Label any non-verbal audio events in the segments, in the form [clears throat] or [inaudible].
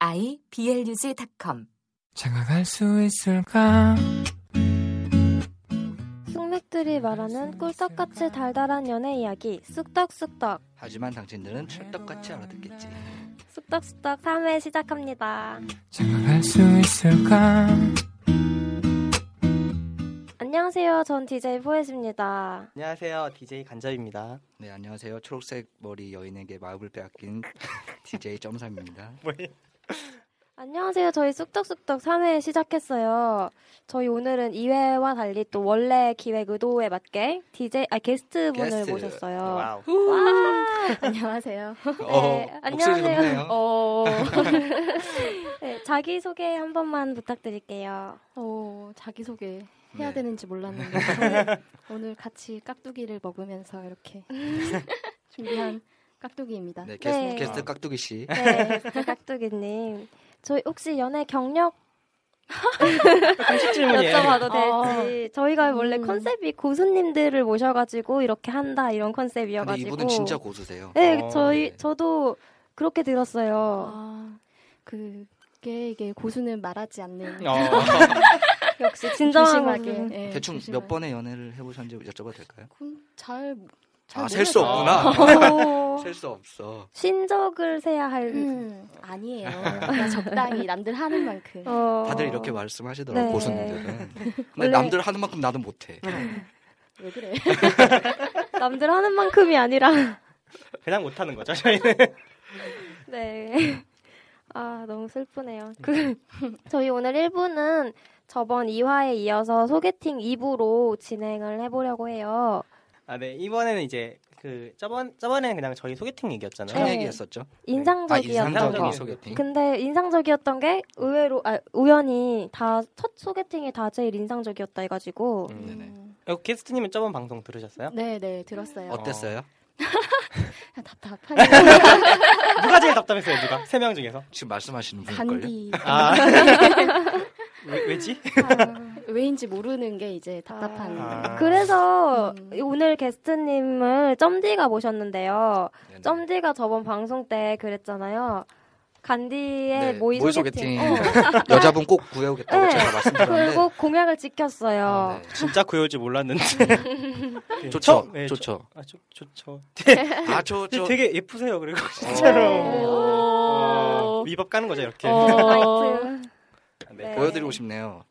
iblog.com 장가갈 수 있을까? 숙맥들이 말하는 꿀떡같이 달달한 연애 이야기 쑥떡쑥떡 하지만 당신들은 철떡같이 알아듣겠지. 네. 쑥떡쑥떡 3회 시작합니다. 장가갈 수 있을까? 안녕하세요. 전 DJ 포엣입니다. 안녕하세요. DJ 간접입니다. 네, 안녕하세요. 초록색 머리 여인에게 [laughs] 마음을 빼앗긴 DJ 점삼입니다. 안녕하세요. 저희 쑥떡쑥떡 3회 시작했어요. 저희 오늘은 2회와 달리 또 원래 기획 의도에 맞게 DJ 아 게스트분을 게스트. 모셨어요. 와우. 와! 안녕하세요. 네, 어, 목소리 안녕하세요. 좋네요. 어. [laughs] 네, 자기 소개 한 번만 부탁드릴게요. 오, 어, 자기소개 해야 네. 되는지 몰랐는데 [laughs] 저는 오늘 같이 깍두기를 먹으면서 이렇게 [laughs] 준비한 깍두기입니다. 네, 게스트, 네. 게스트 깍두기 씨. [laughs] 네, 깍두기님. 저희 혹시 연애 경력 공식 예. 질문이에요. 여쭤봐도 될지 저희가 원래 아. 음. 컨셉이 고수님들을 모셔가지고 이렇게 한다 이런 근데 컨셉이어가지고 이분은 진짜 고수세요. 네 어, 저희 네. 저도 그렇게 들었어요 아, 그게 이게 고수는 말하지 않는 그 어. 역시 [laughs] 진정한 조심하게. 고수 예, 아, 대충 조심하게. 몇 번의 연애를 해보셨는지 여쭤봐도 될까요? 그건 잘, 잘 아, 셀 수 [laughs] 모르겠어요. 없구나. [laughs] 오, 셀 수 없어. 신적을 세야 할 음, [laughs] 아니에요. 그냥 적당히 남들 하는 만큼. 어, 다들 이렇게 말씀하시더라고요, 네. [laughs] 고수님들은. 근데 원래- 네. 남들 하는 만큼 나도 못해. 왜 그래? 남들 하는 만큼이 아니라 [laughs] 그냥 못하는 거죠, 저희는. [laughs] 네. 아, 너무 음. 슬프네요. 그, [laughs] 저희 오늘 1부는 저번 2화에 이어서 소개팅 2부로 진행을 해보려고 해요. [laughs] 아, 네. 이번에는 이제 그 저번 저번에는 그냥 저희 소개팅 얘기였잖아요. 첫 네. 얘기했었죠. 인상적이었던 아, 인상적인 거. 소개팅. 근데 인상적이었던 게 의외로, 아, 우연히 다, 첫 소개팅이 다 제일 인상적이었다 해가지고. 음. 네네. 음, 어, 게스트님은 저번 방송 [laughs] 들으셨어요? 네, 네, 들었어요. 어땠어요? 아, 답답하네요. 누가 제일 답답했어요, 누가? 세 명 중에서. 지금 말씀하시는 분일걸요? 단디. [laughs] 아. 왜, 왜지? 왜인지 모르는 게 이제 답답한. 아. 그래서 음. 오늘 게스트님을 점디가 모셨는데요. 네네. 점디가 저번 방송 때 그랬잖아요. 간디의 네, 모의 모의 소개팅. 소개팅. 어. [laughs] 여자분 꼭 구해오겠다고 네. 제가 말씀드렸는데. 결국 공약을 지켰어요. 아, 진짜 구해올 줄 [laughs] 몰랐는데. 네. 처음- 좋죠, 네, 좋죠. 저- 아, 좋, 좋죠. 아, 저, 근데 저. 되게 예쁘세요, 그리고 진짜로. 오. 어, 위법 까는 거죠, 이렇게. 화이트. 네. 네. 보여드리고 싶네요.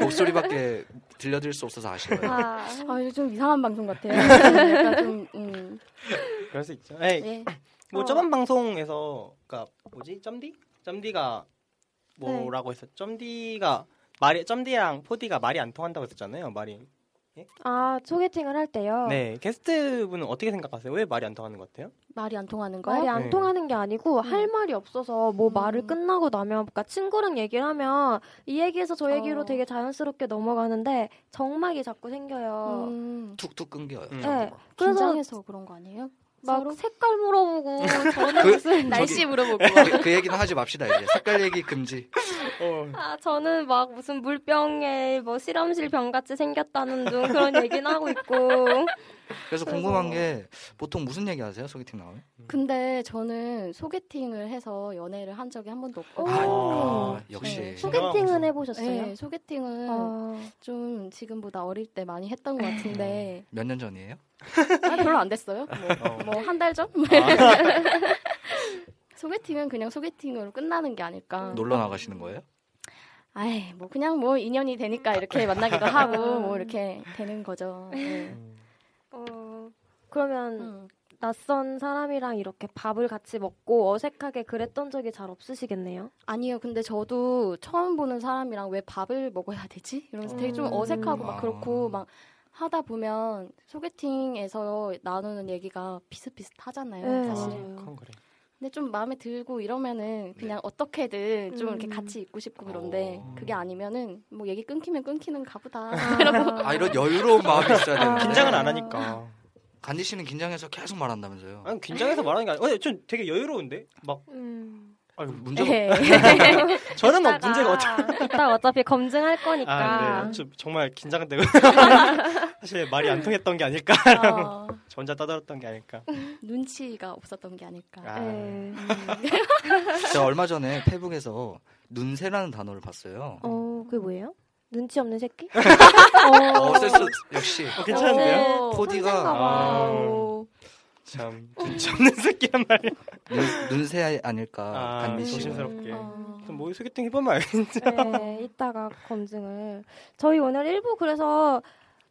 목소리밖에 들려드릴 수 없어서 아쉬워요. 아, 아, 이거 좀 이상한 방송 같아요. 약간 좀, 음, 그럴 수 있죠. 에이, 네. 뭐 어. 저번 방송에서 그니까 뭐지 점디 점디가 뭐라고 했었 점디가 말이 점디랑 포디가 말이 안 통한다고 했었잖아요 말이 아, 소개팅을 할 때요. 네 게스트분은 어떻게 생각하세요 왜 말이 안 통하는 것 같아요 말이 안 통하는 거. 말이 안 네. 통하는 게 아니고 할 말이 없어서 뭐 음. 말을 끝나고 나면 그러니까 친구랑 얘기를 하면 이 얘기에서 저 얘기로 어. 되게 자연스럽게 넘어가는데 정막이 자꾸 생겨요. 음, 툭툭 끊겨요. 음. 네. 그래서 긴장해서 그런 거 아니에요? 막 서로? 색깔 [laughs] 물어보고 저는 그- 무슨 날씨 저기- 물어보고. 그, 그 얘기는 하지 맙시다, 이제. 색깔 얘기 금지. 어. 아, 저는 막 무슨 물병에 뭐 실험실 병같이 생겼다는 둥 그런 얘기는 하고 있고. 그래서 궁금한 게 보통 무슨 얘기 하세요? 소개팅 나오면? 근데 저는 소개팅을 해서 연애를 한 적이 한 번도 없고. 아, 어. 오. 아, 역시. 네. 소개팅은 해보셨어요? 어, 네, 소개팅은 어. 좀 지금보다 어릴 때 많이 했던 것 같은데 몇 년 전이에요? 아, 별로 안 됐어요. 어. 네. 뭐 한 달 전? 아, [laughs] 소개팅은 그냥 소개팅으로 끝나는 게 아닐까. 놀러 나가시는 거예요? 아이, 뭐 그냥 뭐 인연이 되니까 이렇게 만나기도 [laughs] 하고 뭐 이렇게 되는 거죠. 네. 어, 그러면 음. 낯선 사람이랑 이렇게 밥을 같이 먹고 어색하게 그랬던 적이 잘 없으시겠네요. 아니요, 근데 저도 처음 보는 사람이랑 왜 밥을 먹어야 되지? 이러면서 되게 좀 음. 어색하고 아. 막 그렇고 막 하다 보면 소개팅에서 나누는 얘기가 비슷비슷하잖아요, 네. 사실. 그건 그래 근데 좀 마음에 들고 이러면은 그냥 어떻게든 좀 이렇게 음. 같이 있고 싶고 그런데 어. 그게 아니면은 뭐 얘기 끊기면 끊기는 가보다. 어. 아 이런 여유로운 마음이 있어야 아. 되는데 긴장을 안 하니까. 간디 씨는 긴장해서 계속 말한다면서요? 아니 긴장해서 말하는 게 아니고, 근데 전 되게 여유로운데 막 음. 아유, 문제 예. 저는 막 이따가- 문제가 어차. 이따가 어차피 검증할 거니까. 아, 네. 좀, 정말 긴장되고 [laughs] 사실 말이 안 통했던 게 아닐까. 어, 저 혼자 떠들었던 게 아닐까. 눈치가 없었던 게 아닐까. 아. 네. 제가 얼마 전에 페북에서 눈새라는 단어를 봤어요. 어, 어, 그게 뭐예요? 눈치 없는 [laughs] 새끼? 어. 어, 센스 역시 괜찮은데요? 오, 코디가- 천재인가 어, 네. 봐. 아. 오. [laughs] 참 괜찮은 어, 새끼란 말이야. 눈, 새 아닐까 아, 간디 씨는. 조심스럽게. 어. 아무튼 뭐 소개팅 해보면 알겠지. [laughs] 네, 이따가 검증을. 저희 오늘 일부 그래서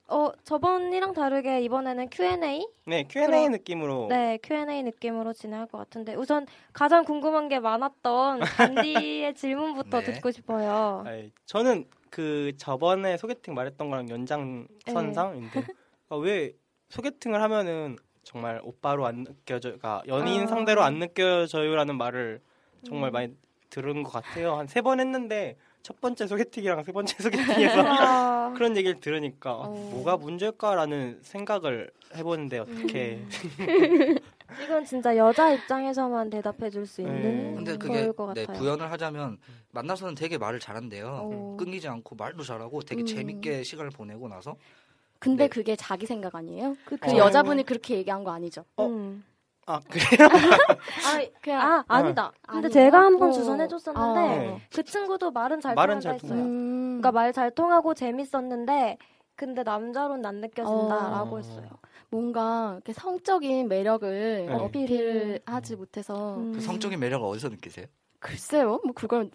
어, 저번이랑 다르게 이번에는 Q&A? 네, Q&A 그럼- 느낌으로. 네, Q&A 느낌으로 진행할 것 같은데 우선 가장 궁금한 게 [laughs] 많았던 간디의 질문부터 네. 듣고 싶어요. 아이, 저는 그 저번에 소개팅 말했던 거랑 연장선상인데 아, 왜 소개팅을 하면은 정말 오빠로 안 느껴져, 그러니까 연인 아. 상대로 안 느껴져요라는 말을 정말 음. 많이 들은 것 같아요. 한 세 번 했는데 첫 번째 소개팅이랑 세 번째 소개팅에서 아, [laughs] 그런 얘기를 들으니까 어. 뭐가 문제일까라는 생각을 해보는데 어떻게 이건 진짜 여자 입장에서만 대답해 줄 수 있는 네. 근데 그게 거일 음, 것 네, 같아요. 구현을 하자면 만나서는 되게 말을 잘한대요. 어. 끊기지 않고 말도 잘하고 되게 음. 재밌게 시간을 보내고 나서 근데 네. 그게 자기 생각 아니에요? 그, 어. 여자분이 그렇게 얘기한 거 아니죠? 음. 아 그래요? 아, 그냥 아 아니다. 근데 아니에요? 제가 한 번 어. 주선해줬었는데 어. 네. 그 친구도 말은 잘 말은 통한다 잘 했어요. 통해요. 음. 그러니까 말 잘 통하고 재밌었는데 근데 남자로는 안 느껴진다라고 어. 했어요. 뭔가 이렇게 성적인 매력을 네. 어필을 하지 못해서 음. 그 성적인 매력을 어디서 느끼세요? 글쎄요, 뭐 그걸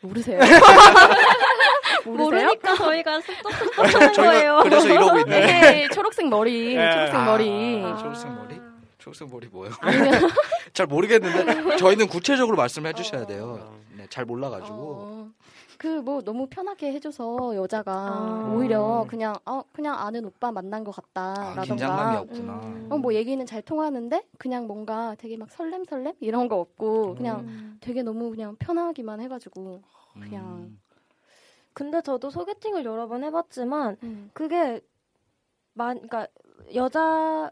모르세요. [laughs] 모르세요? 모르니까 저희가 쑥쑥쑥 하는 거예요. 그래서 이러고 [laughs] 있네. 네, 초록색 머리, 네. 초록색 아. 머리. 아. 초록색 머리? 초록색 머리 뭐예요? [laughs] 잘 모르겠는데 저희는 구체적으로 말씀해 주셔야 돼요. 네, 잘 몰라가지고 그 뭐 너무 편하게 해줘서 여자가 아. 오히려 그냥 어 그냥 아는 오빠 만난 것 아, 긴장감이 같다라던가 없구나. 음. 어, 뭐 얘기는 잘 통하는데 그냥 뭔가 되게 막 설렘 설렘 이런 거 음. 없고 그냥 되게 너무 그냥 편하기만 해가지고 그냥. 음. 근데 저도 소개팅을 여러 번 해봤지만 음. 그게 만 그러니까 여자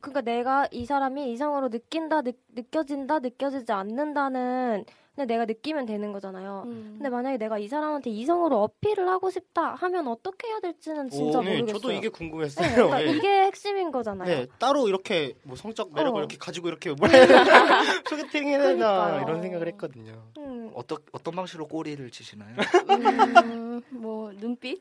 그러니까 내가 이 사람이 이성으로 느낀다 느, 느껴진다 느껴지지 않는다는 근데 내가 느끼면 되는 거잖아요. 음. 근데 만약에 내가 이 사람한테 이성으로 어필을 하고 싶다 하면 어떻게 해야 될지는 진짜 오, 네, 모르겠어요. 저도 이게 네, 궁금했어요. 그러니까 네. 이게 핵심인 거잖아요. 네, 따로 이렇게 뭐 성적 매력을 어. 이렇게 가지고 이렇게 [laughs] 뭘 해야- 소개팅 해야 되나 그러니까요. 이런 생각을 했거든요. 음, 어떤 어떤 방식으로 꼬리를 치시나요? [laughs] 음, 뭐 눈빛?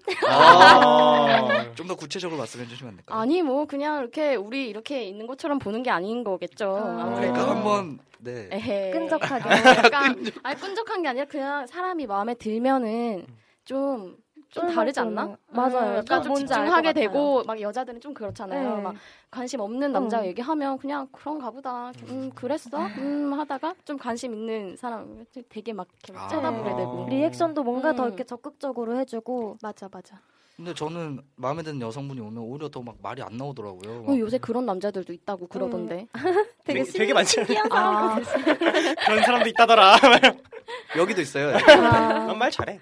[laughs] 아, 좀 더 구체적으로 말씀해 주시면 안 될까요? 아니 뭐 그냥 이렇게 우리 이렇게 있는 것처럼 보는 게 아닌 거겠죠. 아. 아무래도. 그러니까 한번 네. 에헤이. 끈적하게. 약간 아니 끈적한 게 아니라 그냥 사람이 마음에 들면은 좀 좀 다르지 않나? 맞아요. 음, 약간 약간 좀 뭔지 알것 집중하게 같아요. 되고 막 여자들은 좀 그렇잖아요. 네. 막 관심 없는 남자 음. 가 얘기하면 그냥 그런가 보다. 음 그랬어? 음 하다가 좀 관심 있는 사람 되게 막 이렇게 막 아. 쳐다보게 어. 되고. 리액션도 뭔가 더 음. 이렇게 적극적으로 해주고 맞아 맞아. 근데 저는 마음에 드는 여성분이 오면 오히려 더 막 말이 안 나오더라고요. 막 어, 요새 그런 남자들도 있고 그러던데. 음. 네, 되게, 되게 많지 않아요? 아, [laughs] 그런 사람도 있다더라. 여기도 있어요. 아. 난 말 잘해.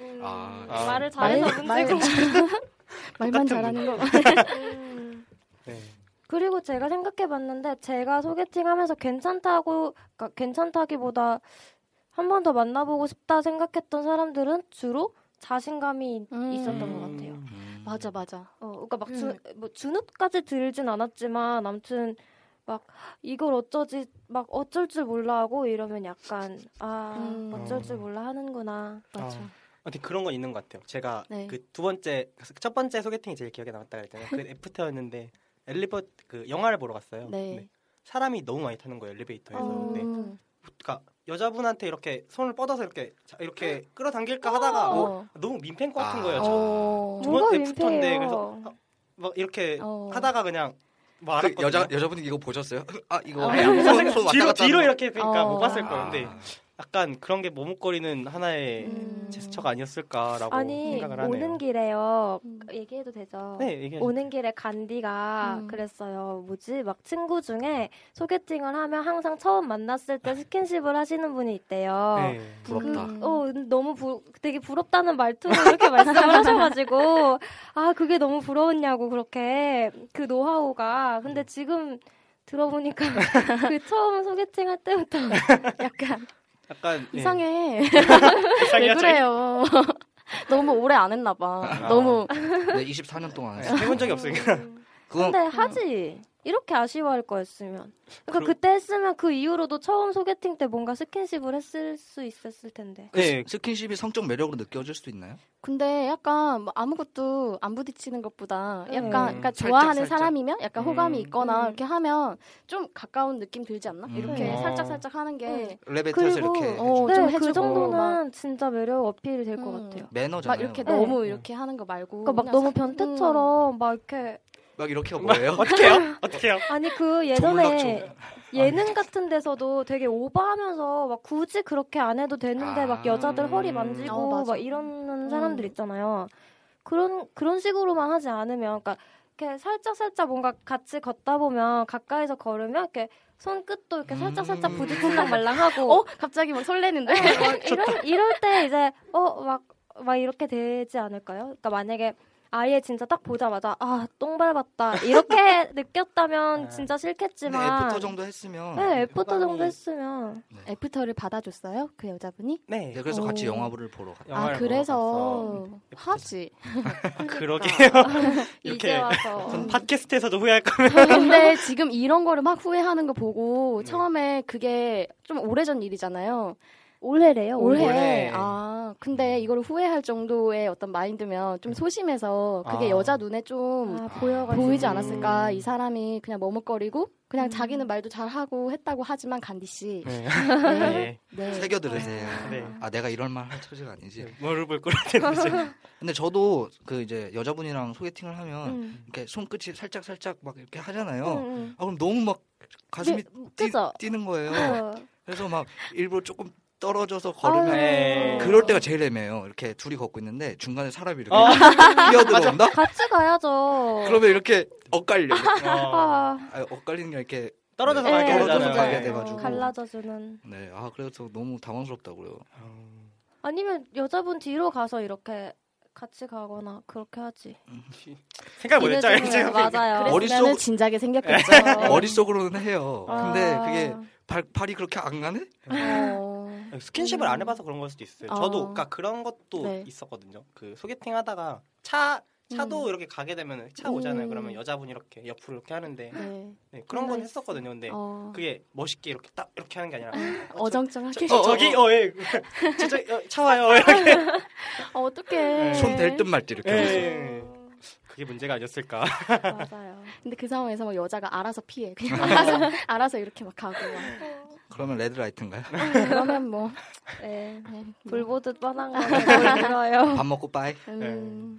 음. 아, 아. 말을 말, 잘해서 말, 문제고 [laughs] 똑같은 말만 잘하는 거. 음. 네. 그리고 제가 생각해봤는데 제가 소개팅하면서 괜찮다고 그러니까 괜찮다기보다 한 번 더 만나보고 싶다 생각했던 사람들은 주로 자신감이 음. 있었던 것 같아요. 음. 맞아 맞아. 어, 그러니까 막 음. 주, 뭐 주눅까지 들진 않았지만 아무튼 막 이걸 어쩌지 막 어쩔 줄 몰라 하고 이러면 약간 아 음. 어쩔 줄 몰라 하는구나. 맞아. 아. 근데 그런 건 있는 것 같아요. 제가 네. 그 두 번째 첫 번째 소개팅이 제일 기억에 남았다 그랬잖아요. 그 애프터였는데 엘리베 그 영화를 보러 갔어요. 네. 근데 사람이 너무 많이 타는 거예요 엘리베이터에서. 네. 어. 근데 음. 그러니까 여자분한테 이렇게 손을 뻗어서 이렇게 자- 이렇게 끌어당길까 하다가 네. 어. 어, 너무 민폐인 것 같은 아. 거예요. 저. 어. 두 번째 뭐가 붙었는데 민폐예요? 그래서 아, 막 이렇게 어. 하다가 그냥 뭐 그 알았거든요. 여자 여자분이 이거 보셨어요? [laughs] 아 이거 아, 손- 손 왔다 뒤로 갔다 뒤로 하는 이렇게 그러니까 어. 못 봤을 거. 거예요. 근데 아, 약간 그런 게 머뭇거리는 하나의 음. 제스처가 아니었을까라고 아니 어, 생각을 하네요. 오는 길에요. 음. 얘기해도 되죠. 네, 얘기 오는 길에 간디가 음. 그랬어요. 뭐지? 막 친구 중에 소개팅을 하면 항상 처음 만났을 때 스킨십을 하시는 분이 있대요. 네. 부럽다. 음. 어, 너무 부, 되게 부럽다는 말투로 이렇게 [laughs] 말씀을 하셔가지고, 아, 그게 너무 부러웠냐고, 그렇게. 그 노하우가. 음. 근데 지금 [laughs] 들어보니까, 그 처음 소개팅 할 때부터 약간, 약간 예. 이상해. 왜 [laughs] 이상해요, 그래요? [laughs] 너무 오래 안 했나 봐. 아. 너무 내 24년 동안 저희. 했어. 네, 해본 [laughs] 적이 없으니까 음, 그건 근데 하지. 이렇게 아쉬워할 거였으면. 그러- 그러니까 그때 했으면 그 이후로도 처음 소개팅 때 뭔가 스킨십을 했을 수 있었을 텐데. 네. 스킨십이 성적 매력으로 느껴질 수도 있나요? 근데 약간 뭐 아무것도 안 부딪히는 것보다 음. 약간 그러니까 살짝, 좋아하는 살짝. 사람이면 약간 음. 호감이 있거나 음. 이렇게 하면 좀 가까운 느낌 들지 않나? 음. 이렇게 어. 살짝 살짝 하는 게 음. 레베트에서 그리고, 네, 이렇게 어. 해주는 어, 네. 좀 네, 그 해주고 정도는 막- 진짜 매력 어필이 될 것 음. 같아요. 매너잖아요. 막 이렇게 네. 음. 너무 이렇게 하는 거 말고 그러니까 막 그냥 너무 사- 음. 변태처럼 막 이렇게 막 이렇게 뭐예요? 어떻게요? 어떻게요? 아니 그 예전에 예능 같은 데서도 되게 오버하면서 막 굳이 그렇게 안 해도 되는데 막 아. 여자들 허리 어, 만지고 맞아. 음. 막 이러는 사람들 있잖아요. 그런 그런 식으로만 하지 않으면 그러니까 이렇게 살짝 살짝 뭔가 같이 걷다 보면 가까이서 걸으면 이렇게 손끝도 이렇게 살짝 살짝 음. 부딪힌다 말랑하고 어 갑자기 막 설레는데 [laughs] 막 어, 이럴, 이럴 때 이제 어 막 막 이렇게 되지 않을까요? 그러니까 만약에 아예 진짜 딱 보자마자 아 똥 밟았다 이렇게 [laughs] 느꼈다면 아. 네. 진짜 근데 싫겠지만 애프터 네, 정도 했으면 네 애프터 호감이- 정도 했으면 [laughs] 애프터를 받아줬어요 그 여자분이 네. 네, 그래서 같이 오. 영화를 보러 갔다. 영화를 아 보러 그래서 가서 애프터 하지 [laughs] 그러게요. 이제 이렇게 와서 [laughs] 전 팟캐스트에서도 후회할 거면 아, 근데 지금 이런 거를 막 후회하는 거 보고 네. 처음에 그게 좀 오래전 일이잖아요 올해래요 올해. 올해. 아, 근데 이걸 후회할 정도의 어떤 마인드면 좀 소심해서 그게 아. 여자 눈에 좀 아 보여가지고 보이지 음. 않았을까? 이 사람이 그냥 머뭇거리고 그냥 음. 자기는 말도 잘하고 했다고 하지만 간디 씨. 네. 네. [laughs] 네. 네. 새겨들으세요. 네. 아 내가 이럴 말 할 처지가 아니지. 뭐를 볼 거라 했는지. 근데 저도 그 이제 여자분이랑 소개팅을 하면 음. 이렇게 손끝이 살짝 살짝 막 이렇게 하잖아요. 음, 음. 아 그럼 너무 막 가슴이 뛰, 그죠? 뛰는 거예요. 어. 그래서 막 일부러 조금 떨어져서 걸으면 네. 그럴 때가 제일 애매해요. 이렇게 둘이 걷고 있는데 중간에 사람이 이렇게 [laughs] 어, [laughs] 뛰어들어온다. 같이 가야죠 그러면 이렇게 엇갈려. 어. 아, 아, 엇갈리는 게 이렇게 떨어져서 네. 가게 떨어져서 되잖아요. 가게 돼가지고. 갈라져주는 네. 아 그래서 너무 당황스럽다고요. 어, 아니면 여자분 뒤로 가서 이렇게 같이 가거나 그렇게 하지 생각 못 했죠. 이래저래. 제가 맞아요 그랬으면 머릿속- 네. 진작에 생겼겠죠. 머릿속으로는 해요. 근데 어. 아. 그게 발, 발이 그렇게 안 가네? 어. 스킨십을 음. 안 해봐서 그런 걸 수도 있어요. 아. 저도 그러니까 그런 것도 네. 있었거든요. 그 소개팅 하다가 차 차도 이렇게 가게 되면 차 오잖아요. 음. 그러면 여자분이 이렇게 옆으로 이렇게 하는데 네. 네, 그런 건 뭔가 했었거든요. 근데 어. 그게 멋있게 이렇게 딱 이렇게 하는 게 아니라 어, 저- 어정쩡하게. 저, 저기 어예 [laughs] 저기 어, 차 와요 이렇게 어, 어떡해. 손 댈 듯 말 듯 이렇게. 네. 하면서. 예. 그게 문제가 아니었을까. [laughs] 맞아요 근데 그 상황에서 막 여자가 알아서 피해. 그냥 알아서, 알아서 이렇게 막 가고. 막. 그러면 레드라이트인가요? 그러면 뭐. [laughs] 네 네, 뭐. 불보듯 뻔한 네. 거뭘 들어요 밥 먹고 빠이. 음.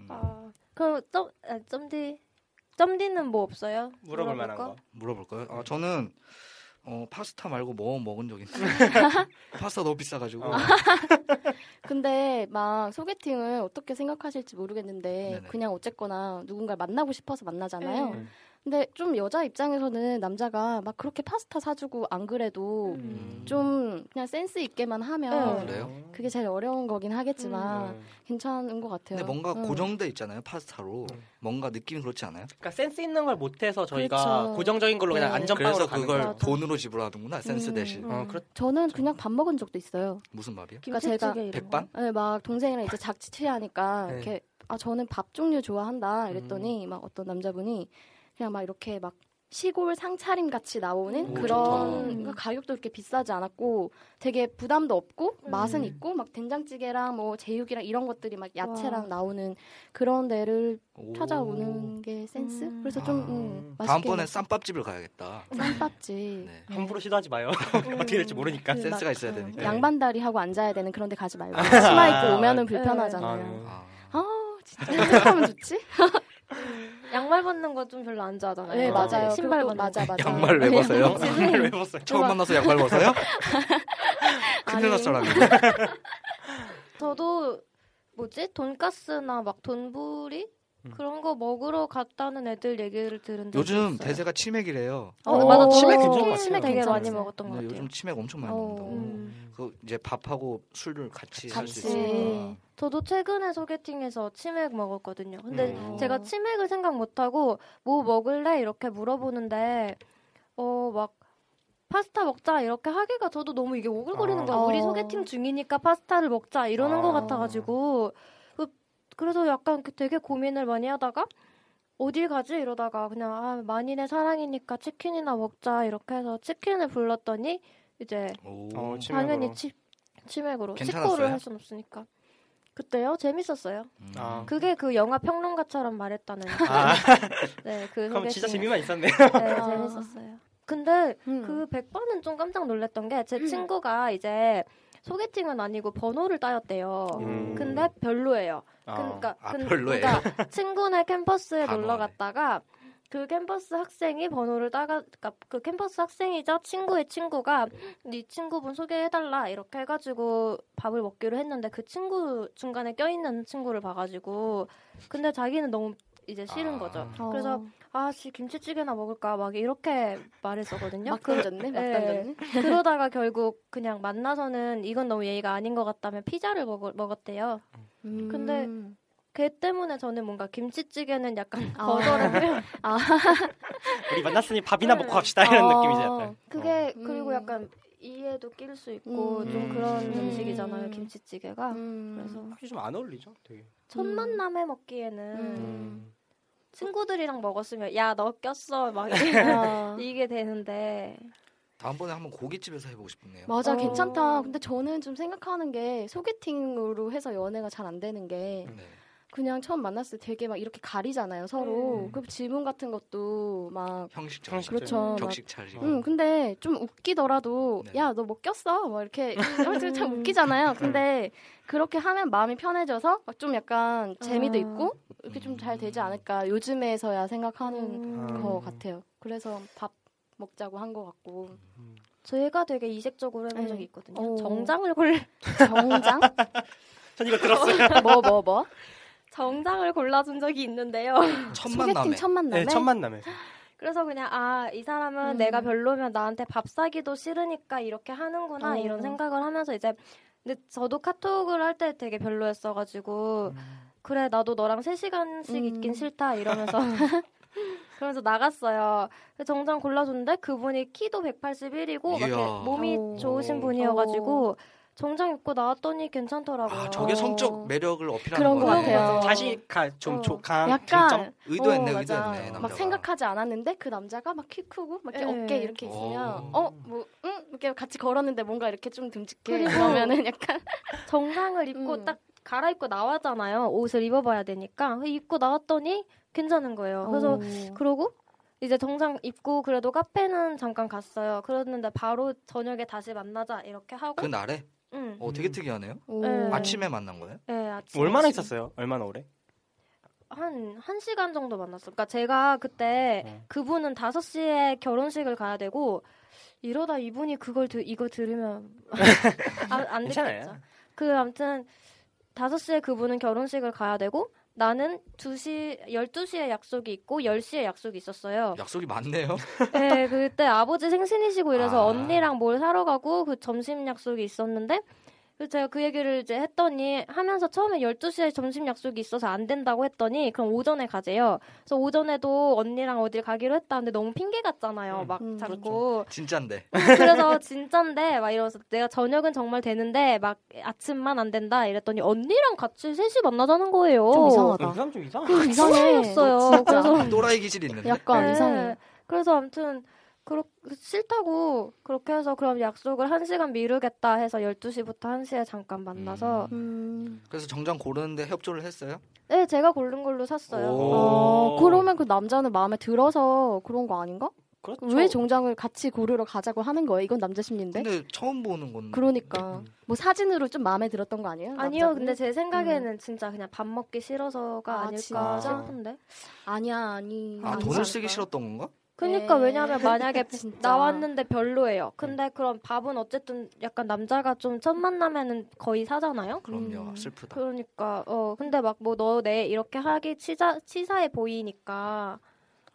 음, 아, 그럼 점, 아, 점디 점디는 뭐 없어요? 물어볼 물어볼 만한 거. 거? 물어볼까요? 아, 저는 어, 파스타 말고 뭐 먹은 적 [laughs] 있어요. 파스타 너무 비싸가지고. 어. 아, 근데 막 소개팅을 어떻게 생각하실지 모르겠는데 네네. 그냥 어쨌거나 누군가를 만나고 싶어서 만나잖아요. 네. 근데 좀 여자 입장에서는 남자가 막 그렇게 파스타 사주고 안 그래도 음. 아, 좀 그냥 센스 있게만 하면 네. 그래요? 그게 아. 제일 어려운 거긴 하겠지만 음. 괜찮은 것 같아요. 네. 근데 음. 뭔가 응. 고정돼 있잖아요 파스타로 음. 뭔가 느낌이 그렇지 않아요? 그러니까 센스 있는 걸 못해서 저희가 그렇죠. 고정적인 걸로 그냥 네. 안전빵으로 그래서 가는 그걸 거죠. 돈으로 지불하는구나 센스 음. 대신 어, 그렇 저는 그냥 밥 먹은 적도 있어요. 무슨 밥이요? 그러니까 김치찌개 제가 이런 거? 백반? 네, 막 동생이랑 이제 작치치하니까 네. 이렇게 아 저는 밥 종류 좋아한다 이랬더니 막 어떤 남자분이 그냥 막 이렇게 막 시골 상차림 같이 나오는 오, 그런 좋다. 그러니까 가격도 이렇게 비싸지 않았고 되게 부담도 없고 음. 맛은 있고 막 된장찌개랑 뭐 제육이랑 이런 것들이 막 야채랑 와. 나오는 그런 데를 오. 찾아오는 게 센스. 음. 그래서 좀 아. 음, 맛있게 음. 다음번에 쌈밥집을 가야겠다. 쌈밥집 네. 함부로 시도하지 마요. 어떻게 음. 될지 모르니까. 그 막- 센스가 있어야 되니까. 네. 양반다리 하고 앉아야 되는 그런 데 가지 말고 치마 입고 오면은 네. 아, 음. 불편하잖아요. 아, 아 진짜 어떻게 하면 좋지? 음. 양말 벗는 거 좀 별로 안 좋아하잖아요. 음. 네, 어. 맞아요. 신발 벗는 그것도 거. 맞아, 네. 맞아. 양말 왜 벗어요? 양말 [laughs] 왜 [laughs] 벗어요? 처음 대박. 만나서 양말 벗어요? 큰일 [laughs] 아니. 났어라고. 저도 뭐지 돈가스나 막 돈부리 음. 그런 거 먹으러 갔다는 애들 얘기를 들은 적 요즘 있어요. 대세가 치맥이래요. 어, 맞아 오, 치맥 치맥 치맥, 괜찮은 치맥 것 되게 같아요. 많이 괜찮아요. 먹었던 것 근데 같아요. 요즘 치맥 엄청 많이 어, 먹는다고. 음. 그 이제 밥하고 술을 같이 할 수 같이. 있으니까. 저도 최근에 소개팅에서 치맥 먹었거든요. 근데 네. 음. 제가 치맥을 생각 못 하고 뭐 먹을래 이렇게 물어보는데 어 막 파스타 먹자 이렇게 하기가 저도 너무 이게 오글거리는 아. 거예요. 우리 어. 소개팅 중이니까 파스타를 먹자 이러는 아. 것 같아가지고 그- 그래서 약간 그 되게 고민을 많이 하다가 어딜 가지 이러다가 그냥 아 만인의 사랑이니까 치킨이나 먹자 이렇게 해서 치킨을 불렀더니 이제 오. 어, 치맥. 당연히 치맥으로. 치, 치맥으로 괜찮았어요? 치코를 할 순 없으니까 그때요 재밌었어요. 음. 아. 그게 그 영화 평론가처럼 [laughs] 말했다는 아, 네그 [laughs] 그럼 진짜 재미만 있었네. 네, 아. 재밌었어요. 근데 음. 그 100번은 좀 깜짝 놀랐던 게 제 친구가 이제 소개팅은 아니고 번호를 따였대요. 음. 근데 별로예요. 아. 그러니까, 아, 근- 별로예요? [laughs] 그러니까 친구네 캠퍼스에 단호하네. 놀러 갔다가 그 캠퍼스 학생이 번호를 따가 그러니까 그 캠퍼스 학생이자 친구의 친구가 네 친구분 소개해달라 이렇게 해가지고 밥을 먹기로 했는데 그 친구 중간에 껴있는 친구를 봐가지고 근데 자기는 너무 이제 싫은 아. 거죠. 어. 그래서 아씨 김치찌개나 먹을까 막 이렇게 말했었거든요. [laughs] 막 그, 던졌네, 막 네. 던졌네. 러다가 결국 그냥 만나서는 이건 너무 예의가 아닌 것 같다며 피자를 먹, 먹었대요. 음. 근데 걔그 때문에 저는 뭔가 김치찌개는 약간 아. 거절의 표현. 우리 만났으니 밥이나 먹고 갑시다 어. 이런 느낌이지 [laughs] 약간. 어. 그게 음. 그리고 약간 이해도 낄 수 있고 음. 좀 그런 음. 음식이잖아요 김치찌개가. 음. 그래서 혹시 좀 안 어울리죠? 되게. 첫 만남에 먹기에는 음. 친구들이랑 먹었으면 야 너 꼈어 막 [laughs] 아. [laughs] 이게 되는데 다음번에 한번 고깃집에서 해보고 싶네요. 맞아, 어. 괜찮다. 근데 저는 좀 생각하는 게 소개팅으로 해서 연애가 잘 안 되는 게 네. 그냥 처음 만났을 때 되게 막 이렇게 가리잖아요, 서로. 음. 그리고 질문 같은 것도 막 형식적. 형식적. 그렇죠. 막 격식 차리고. 음, 근데 좀 웃기더라도 어. 네. 음. 야, 너 뭐 꼈어? [laughs] 막 이렇게 솔직히 참 웃기잖아요. 근데 그렇게 하면 마음이 편해져서 막좀 약간 재미도 아. 있고 이렇게 좀 잘 되지 음. 않을까 요즘에서야 생각하는 음. 거 같아요. 그래서 밥 먹자고 한 거 같고 저희가 되게 이색적으로 해본 네. 적이 있거든요. 오. 정장을 골 [laughs] 정장 전 이거 들었어요. 뭐 뭐 뭐? [laughs] 정장을 골라준 적이 있는데요. 첫 소개팅 만남에. 첫 만남에 네, 첫 만남에서. 그래서 그냥 아 이 사람은 음. 내가 별로면 나한테 밥 사기도 싫으니까 이렇게 하는구나 어. 이런 생각을 하면서 이제 근데 저도 카톡을 할 때 되게 별로였어가지고 그래 나도 너랑 세 시간씩 음. 있긴 싫다 이러면서 [laughs] 그러면서 나갔어요. 그래서 정장 골라줬는데 그분이 키도 181이고 막 이야. 이렇게 몸이 오. 좋으신 분이어가지고 정장 입고 나왔더니 괜찮더라고요. 아, 저게 성적 매력을 어필하는 그런 거 거네. 같아요. 다시 가좀 어. 조강 약간 의도했네, 어, 맞아. 의도했네. 막 남자가. 생각하지 않았는데 그 남자가 막 키 크고 막 이렇게 예. 어깨 이렇게 있으면 오. 어뭐 응? 이렇게 같이 걸었는데 뭔가 이렇게 좀 듬직해 그리고 그러면은 약간 정상을 입고 음. 딱 갈아입고 나왔잖아요. 옷을 입어봐야 되니까 입고 나왔더니 괜찮은 거예요. 그래서 그러고 이제 정장 입고 그래도 카페는 잠깐 갔어요. 그랬는데 바로 저녁에 다시 만나자 이렇게 하고 그 날에 응. 어 되게 음. 특이하네요. 오. 네. 아침에 만난 거예요? 네, 아침 얼마나 있었어요? 얼마나 오래? 한 1시간 정도 만났어요. 그러니까 제가 그때 어. 그분은 5시에 결혼식을 가야 되고 이러다 이분이 그걸 들- 이거 [laughs] 들으면 안, 안 괜찮아요. 듣겠죠. 그 아무튼 5시에 그분은 결혼식을 가야 되고 나는 2시 12시에 약속이 있고 10시에 약속이 있었어요. 약속이 [laughs] 많네요. 네, 그때 아버지 생신이시고 이래서 아. 언니랑 뭘 사러 가고 그 점심 약속이 있었는데 그래서 제가 그 얘기를 이제 했더니 하면서 처음에 12시에 점심 약속이 있어서 안 된다고 했더니 그럼 오전에 가재요. 그래서 오전에도 언니랑 어딜 가기로 했다는데 너무 핑계 같잖아요. 음, 막 음, 자꾸. 진짠데. 어. 그래서 진짠데 막 이러면서 내가 저녁은 정말 되는데 막 아침만 안 된다 이랬더니 언니랑 같이 셋이 만나자는 거예요. 좀 이상하다. 어, 이 사람 좀 이상. 그 이상해 였어요. 진짜. 그래서 아, 또라이 기질이 있는데. 약간 네. 이상해 그래서 아무튼 그렇 싫다고 그렇게 해서 그럼 약속을 1시간 미루겠다 해서 12시부터 1시에 잠깐 만나서 음. 그래서 정장 고르는데 협조를 했어요? 네, 제가 고른 걸로 샀어요. 오. 어, 그러면 그 남자는 마음에 들어서 그런 거 아닌가? 그렇죠. 왜 종장을 같이 고르러 가자고 하는 거예요? 이건 남자 심리인데. 근데 처음 보는 건데. 네? 그러니까 뭐 사진으로 좀 마음에 들었던 거 아니에요? 아니요, 남자분이? 근데 제 생각에는 진짜 그냥 밥 먹기 싫어서가 아, 아, 닐까 진짜? 싶은데. 아니야 아니. 아 아니지 돈을 쓰기 않을까? 싫었던 건가? 그러니까 네. 왜냐하면 [laughs] 만약에 [laughs] 진짜. 나왔는데 별로예요. 근데 그럼 밥은 어쨌든 약간 남자가 좀 첫 만나면은 거의 사잖아요. 그럼요. 음. 슬프다. 그러니까 어 근데 막 뭐 너 내 이렇게 하기 치사 치사해 보이니까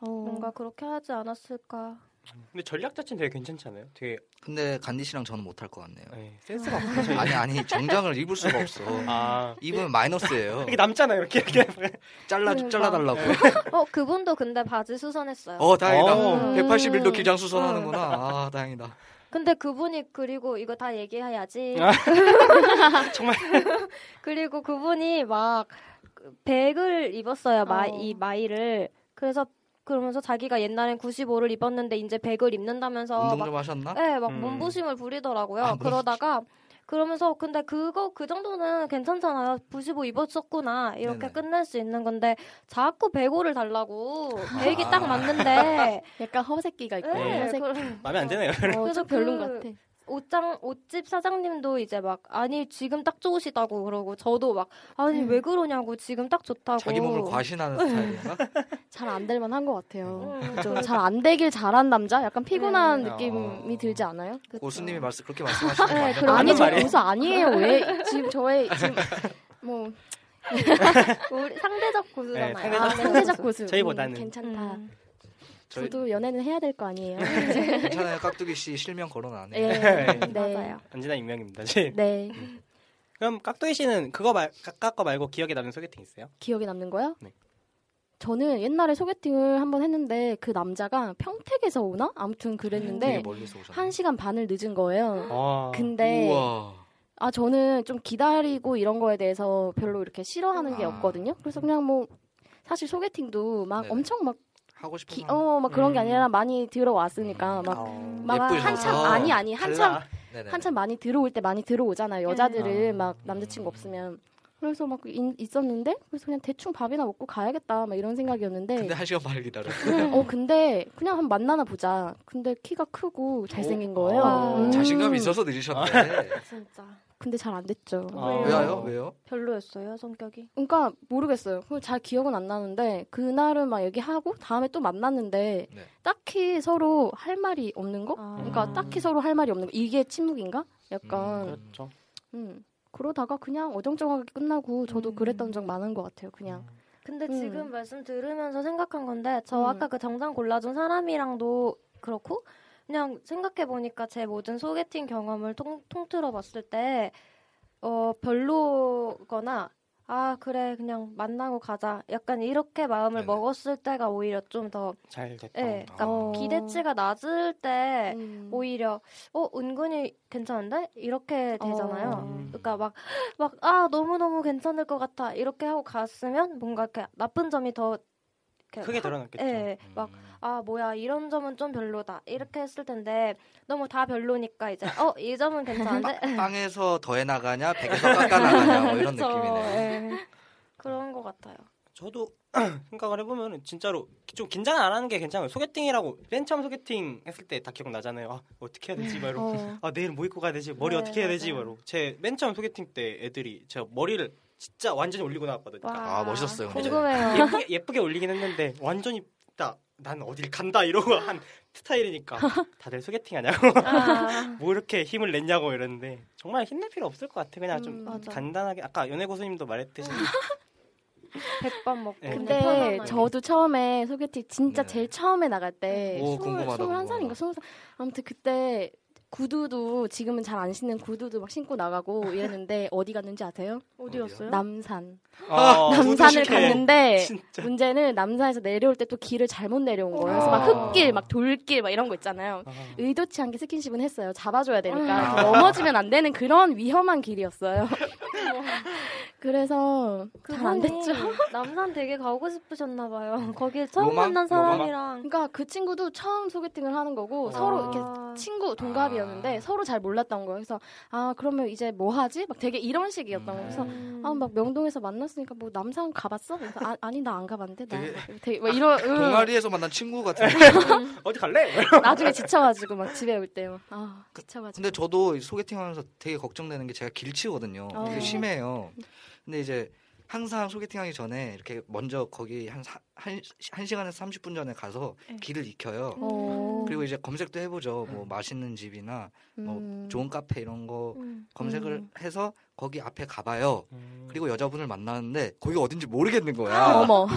어. 뭔가 그렇게 하지 않았을까. 근데 전략 자체는 되게 괜찮지 않아요? 되게 근데 간디 씨랑 저는 못할 것 같네요. 예, 센스가 없어요. 저희. 아니 아니 정장을 입을 수가 없어. 아 입으면 [laughs] 마이너스예요. 이게 남잖아 이렇게 이렇게. 그러니까 잘라 그러니까. 잘라달라고. 어 그분도 근데 바지 수선했어요. 어 다행이다. 음. 어. 181도 기장 수선하는구나. 아 다행이다. 어, 근데 그분이 그리고 이거 다 얘기해야지. 아. 아, 정말. 그리고 그분이 막 백을 입었어요. 마, 어. 이 마이를. 그래서 그러면서 자기가 옛날엔 95를 입었는데 이제 백을 입는다면서 운동 막 좀 하셨나? 네, 막 음. 몸부심을 부리더라고요. 아, 몸부심. 그러다가 그러면서 근데 그거 그 정도는 괜찮잖아요. 95 입었었구나 이렇게 네네. 끝낼 수 있는 건데 자꾸 105를 달라고 100이 아. 딱 [laughs] 맞는데 약간 허세끼가 있고 네, 허세. 그걸- 마음에 안 드네요. 어, 그래서 좀 별론 그- 같아. 옷장 옷집 사장님도 이제 막 아니 지금 딱 좋으시다고 그러고 저도 막 아니 음. 왜 그러냐고 지금 딱 좋다고 자기 몸을 과신하는 네. 스타일인가? 그렇죠. 잘 안 될 만한 것 같아요. 음, 그죠? 잘안 되길 잘한 남자? 약간 피곤한 네. 느낌이 어. 들지 않아요? 고수님이 말씀 그렇게 말씀하시는 네, 거 그럼 맞는 아니 저 말이에요? 고수 아니에요. 왜 지금 저의 지금 뭐 우리 상대적 네, 고수잖아요. 상대적 아, 상대적 고수. 저희보다는. 음, 괜찮다. 음. 저희 저도 연애는 해야 될 거 아니에요. 괜찮아요. 깍두기 씨 실명 거론하네. 예. 네. 네. 음. 맞아요. [laughs] 안진아 익명입니다. 지금. 네. 그럼 깍두기 씨는 그거 말 깎아 말고 기억에 남는 소개팅 있어요? 기억에 남는 거요? 네. 저는 옛날에 소개팅을 한번 했는데 그 남자가 평택에서 오나? 아무튼 되게 그랬는데 멀리서 오셨네. 한 시간 반을 늦은 거예요. 아. 근데 우와. 아 저는 좀 기다리고 이런 거에 대해서 별로 이렇게 싫어하는 게 아. 없거든요. 그래서 그냥 뭐 사실 소개팅도 막 네네. 엄청 하고 싶은 막 사람. 어 막 그런 게 음. 아니라 많이 들어왔으니까 막 어. 막 예쁘셔서. 한참 아니 아니 한참 달라. 음. 아, 네네네. 음. 한참 많이 들어올 때 많이 들어오잖아요. 여자들은 아. 막 남자친구 없으면. 그래서 막 인- 있었는데 그래서 그냥 대충 밥이나 먹고 가야겠다 막 이런 생각이었는데 근데 한 시간 반을 기다려. 그냥, 어 근데 그냥 한번 만나나 보자. 근데 키가 크고 잘생긴 거예요. 아. 음. 어? 자신감이 있어서 [laughs] 늦으셨네. 진짜 근데 잘 안 됐죠. 아. 왜요? 왜요? 별로였어요 성격이. 그러니까 모르겠어요. 그걸 잘 기억은 안 나는데 그날은 막 얘기하고 다음에 또 만났는데 네. 딱히 서로 할 말이 없는 거? 아. 그러니까 음. 딱히 서로 할 말이 없는 거. 이게 침묵인가? 약간 음. 그렇죠. 음. 그러다가 그냥 어정쩡하게 끝나고 저도 음. 그랬던 적 많은 것 같아요. 그냥 근데 음. 지금 말씀 들으면서 생각한 건데 저 음. 아까 그 정장 골라준 사람이랑도 그렇고 그냥 생각해 보니까 제 모든 소개팅 경험을 통, 통틀어 봤을 때 어, 별로거나 아 그래 그냥 만나고 가자 약간 이렇게 마음을 네네. 먹었을 때가 오히려 좀 더 잘 됐다. 아. 예, 그러니까 아. 어. 기대치가 낮을 네. 때 음. 오히려 어 은근히 괜찮은데 이렇게 되잖아요. 어. 음. 그러니까 막 막 아 너무 너무 괜찮을 것 같아 이렇게 하고 갔으면 뭔가 이렇게 나쁜 점이 더 이렇게 크게 확- 드러났겠죠. 음. 예, 막아 뭐야 이런 점은 좀 별로다 이렇게 했을 텐데 너무 다 별로니까 이제 어 이 점은 [laughs] 괜찮은데 빵에서 더해 나가냐, 백에서 깎아 나가냐 뭐 이런 그쵸, 느낌이네. 예. 그런 것 같아요. 저도 [clears throat] 생각을 해보면 진짜로 좀 긴장 안 하는 게 괜찮아요. 소개팅이라고 맨 처음 소개팅 했을 때 다 기억 나잖아요. 아 어떻게 해야 되지 막 이러고 어. 아 내일 뭐 입고 가야 되지 머리 네, 어떻게 해야 되지 막 맞아요. 이러고 제 맨 처음 소개팅 때 애들이 제가 머리를 진짜 완전히 올리고 나왔거든요. 아, 멋있었어요, 근데. [laughs] 궁금해요. 예쁘게, 예쁘게 올리긴 했는데 완전히 딱난 어딜 간다 이러고 한 스타일이니까 다들 소개팅하냐고 [laughs] 아, 뭐 이렇게 힘을 냈냐고 이랬는데 정말 힘낼 필요 없을 것 같아. 그냥 음, 좀 맞아. 간단하게 아까 연애 고수님도 말했듯이 백밥 먹고 네. 그냥 근데 편안하게. 저도 처음에 소개팅 진짜 네. 제일 제일 처음에 나갈 때 네. 오, 궁금하다, 스물한 궁금하다. 살인가 스물 살 아무튼 그때 구두도 지금은 잘 안 신는 구두도 막 신고 나가고 이랬는데 어디 갔는지 아세요? 네? 어디였어요? 남산. 아, 남산을 소득식해. 갔는데 진짜 문제는 남산에서 내려올 때 또 길을 잘못 내려온 거예요. 그래서 막 아. 흙길, 막 돌길, 막 이런 거 있잖아요. 의도치 않게 스킨십은 했어요. 잡아줘야 되니까 아. 넘어지면 안 되는 그런 위험한 길이었어요. 그래서 잘 그분이 안 됐죠. [laughs] 남산 되게 가고 싶으셨나 봐요. 거기 처음 로망? 만난 로망? 사람이랑 그러니까 그 친구도 처음 소개팅을 하는 거고 아. 서로 이렇게 친구 사이였는데 아. 서로 잘 몰랐던 거예요. 그래서 아 그러면 이제 뭐 하지? 막 되게 이런 식이었던 거예요. 그래서 음. 아 막 명동에서 만났으니까 뭐 남산 가봤어? 그래서 아, 아니 나 안 가봤는데 나 되게- 막 되게 막 이런 음. 응. 동아리에서 만난 친구 같은 네. 어디 갈래? 나중에 지쳐가지고 막 집에 올 때 막 아 지쳐가지고 근데 저도 이 소개팅하면서 되게 걱정되는 게 제가 길치거든요. 어. 되게 심해요. 근데 이제 항상 소개팅하기 전에 이렇게 먼저 거기 한 사- 한 시- 한 시간에서 30분 전에 가서 예. 길을 익혀요. 음. 어. 그리고 이제 검색도 해보죠. 뭐 맛있는 집이나 뭐 음. 좋은 카페 이런 거 음. 검색을 해서 거기 앞에 가봐요. 음. 그리고 여자분을 만나는데 거기가 어딘지 모르겠는 거야. 아, 아, 어머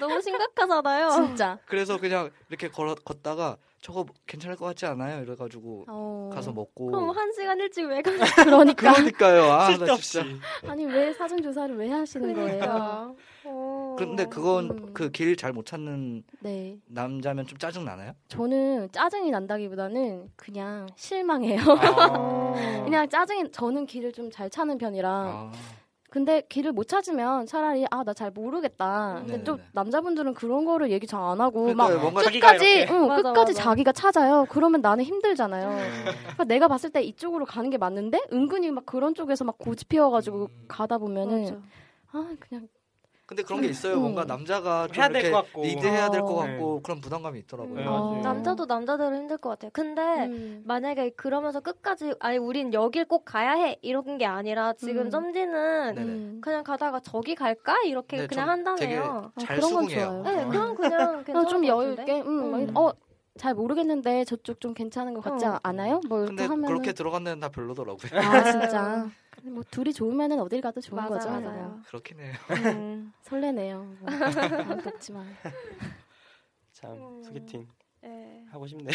너무 심각하잖아요. 진짜 그래서 그냥 이렇게 걸어, 걷다가 저거 괜찮을 것 같지 않아요? 이래가지고 어. 가서 뭐 먹고. 그럼 한 시간 일찍 왜 가? 그러니까 그러니까요. 아, 나 쓸데없이. 진짜. 아니 왜 사전 조사를 왜 하시는 그러니까. 거예요? 어. 근데 그건 음. 그 길 잘 못 찾는 네 남자면 좀 짜증 나나요? 저는 짜증이 난다기보다는 그냥 실망해요. 아. 그냥 짜증이 저는 길을 좀 잘 찾는 아. 편이라 근데 길을 못 찾으면 차라리 아 나 잘 모르겠다. 근데 음. 네네네. 또 남자분들은 그런 거를 얘기 잘 안 하고 막 그러니까 뭔가 자기가 끝까지 이렇게. 응, 맞아, 끝까지 맞아. 자기가 찾아요. 그러면 나는 음. 힘들잖아요. 그러니까 내가 봤을 때 이쪽으로 가는 게 맞는데 은근히 막 그런 쪽에서 막 고집 피워가지고 음. 가다 보면은 맞아. 아 그냥 근데 그런 게 있어요. 음. 뭔가 남자가 좀 해야 될것 이렇게 같고. 리드해야 될 것 어. 같고 그런 부담감이 있더라고요. 네, 어. 맞아요. 남자도 남자대로 힘들 것 같아요. 근데 음. 만약에 그러면서 끝까지 아니 우린 여길 꼭 가야 해 이런 게 아니라 지금 음. 점지는 네네. 음. 그냥 가다가 저기 갈까 이렇게 네, 그냥 저 되게 한다네요. 아, 잘 그런 건 수긍해요. 좋아요. 네, 그럼 그냥 어, 괜찮을 좀 것 여유 같은데? 있게 음, 음. 어잘 모르겠는데 저쪽 좀 괜찮은 것 같지 어. 않아요? 뭐 이렇게 근데 하면 그렇게 들어간 데는 다 별로더라고요. [laughs] 아 [laughs] 진짜 뭐 둘이 좋으면은 어딜 가도 좋은 맞아, 거죠. 맞아요. 그냥. 그렇긴 해요. 음. 설레네요. [laughs] 뭐. 안 덥지만. 참 음. 소개팅 네. 하고 싶네.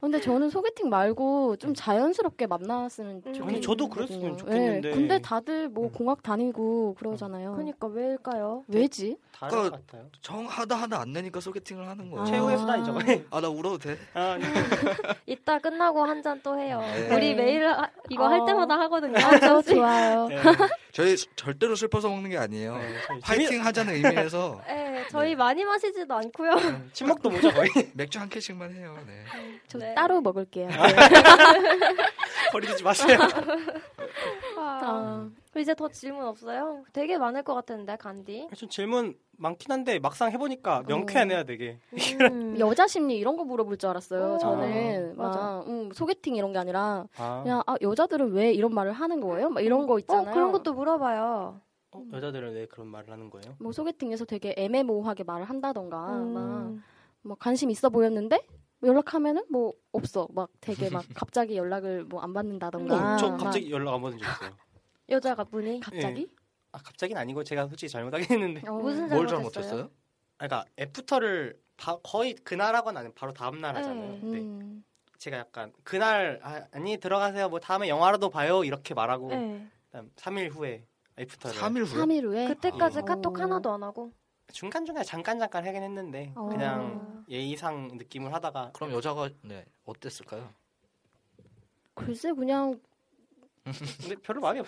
근데 저는 소개팅 말고 좀 자연스럽게 만났으면 음. 좋겠어요. 네. 아니, 네. 저도 그랬으면 좋겠는데. 근데 다들 뭐 음. 공학 다니고 그러잖아요. 그러니까 왜일까요? [laughs] 왜지? 다른 그러니까- 것 같아요. 정하다 하나 안 내니까 소개팅을 하는 거예요. 아. 최후의 수단이죠. 아, 나 울어도 돼? 아, 이따 끝나고 한 잔 또 해요. 네. 우리 매일 하- 이거 할 어. 때마다 하거든요. 맞아, [laughs] 어. 좋아요. 네. 저희 절대로 슬퍼서 먹는 게 아니에요. 네, 저희 재미- 파이팅 하자는 의미에서 네, 저희 많이 마시지도 않고요. 네, 침묵도 모자 거의 [laughs] 맥주 한 캔씩만 해요. 네. 저 네. 따로 먹을게요. 거리 두지 마세요. 아. 이제 더 질문 없어요? 되게 많을 것 같은데 [laughs] 간디. 좀 질문 많긴 한데 막상 해보니까 명쾌하네요, 되게. 음. 여자 심리 이런 거 물어볼 줄 알았어요. 오. 저는 아. 막, 음, 소개팅 이런 게 아니라 아, 그냥 아, 여자들은 왜 이런 말을 하는 거예요? 막 이런 거 어 있잖아요. 그런 것도 물어봐요. 어, 여자들은 왜 그런 말을 하는 거예요? 뭐 소개팅에서 되게 애매모호하게 말을 한다던가 막, 음. 뭐 관심 있어 보였는데 뭐 연락하면은 뭐 없어 막 [laughs] 되게 막 갑자기 연락을 뭐 안 받는다던가 어, 저 막 갑자기 연락 안 받은 적 있어요. 여자가 분이 갑자기 아, 갑자기는 아니고 제가 솔직히 잘못하긴 했는데. 어. 무슨 뭘 잘못했어요? 잘못했어요? 아, 그러니까 애프터를 바- 거의 그날 하거나 아니면 바로 다음 날 하잖아요. 네. 근데 음. 제가 약간 그날 아, 아니 들어가세요. 뭐 다음에 영화라도 봐요. 이렇게 말하고 네. 그다음 3일 후에 애프터를 3일 후에? 3일 후에 그때까지 아. 카톡 어. 하나도 안 하고. 중간 중간 잠깐 잠깐 하긴 했는데 어. 그냥 예의상 느낌을 하다가 그럼 여자가 네 어땠을까요? 글쎄 그냥 근데 별로 마음이 없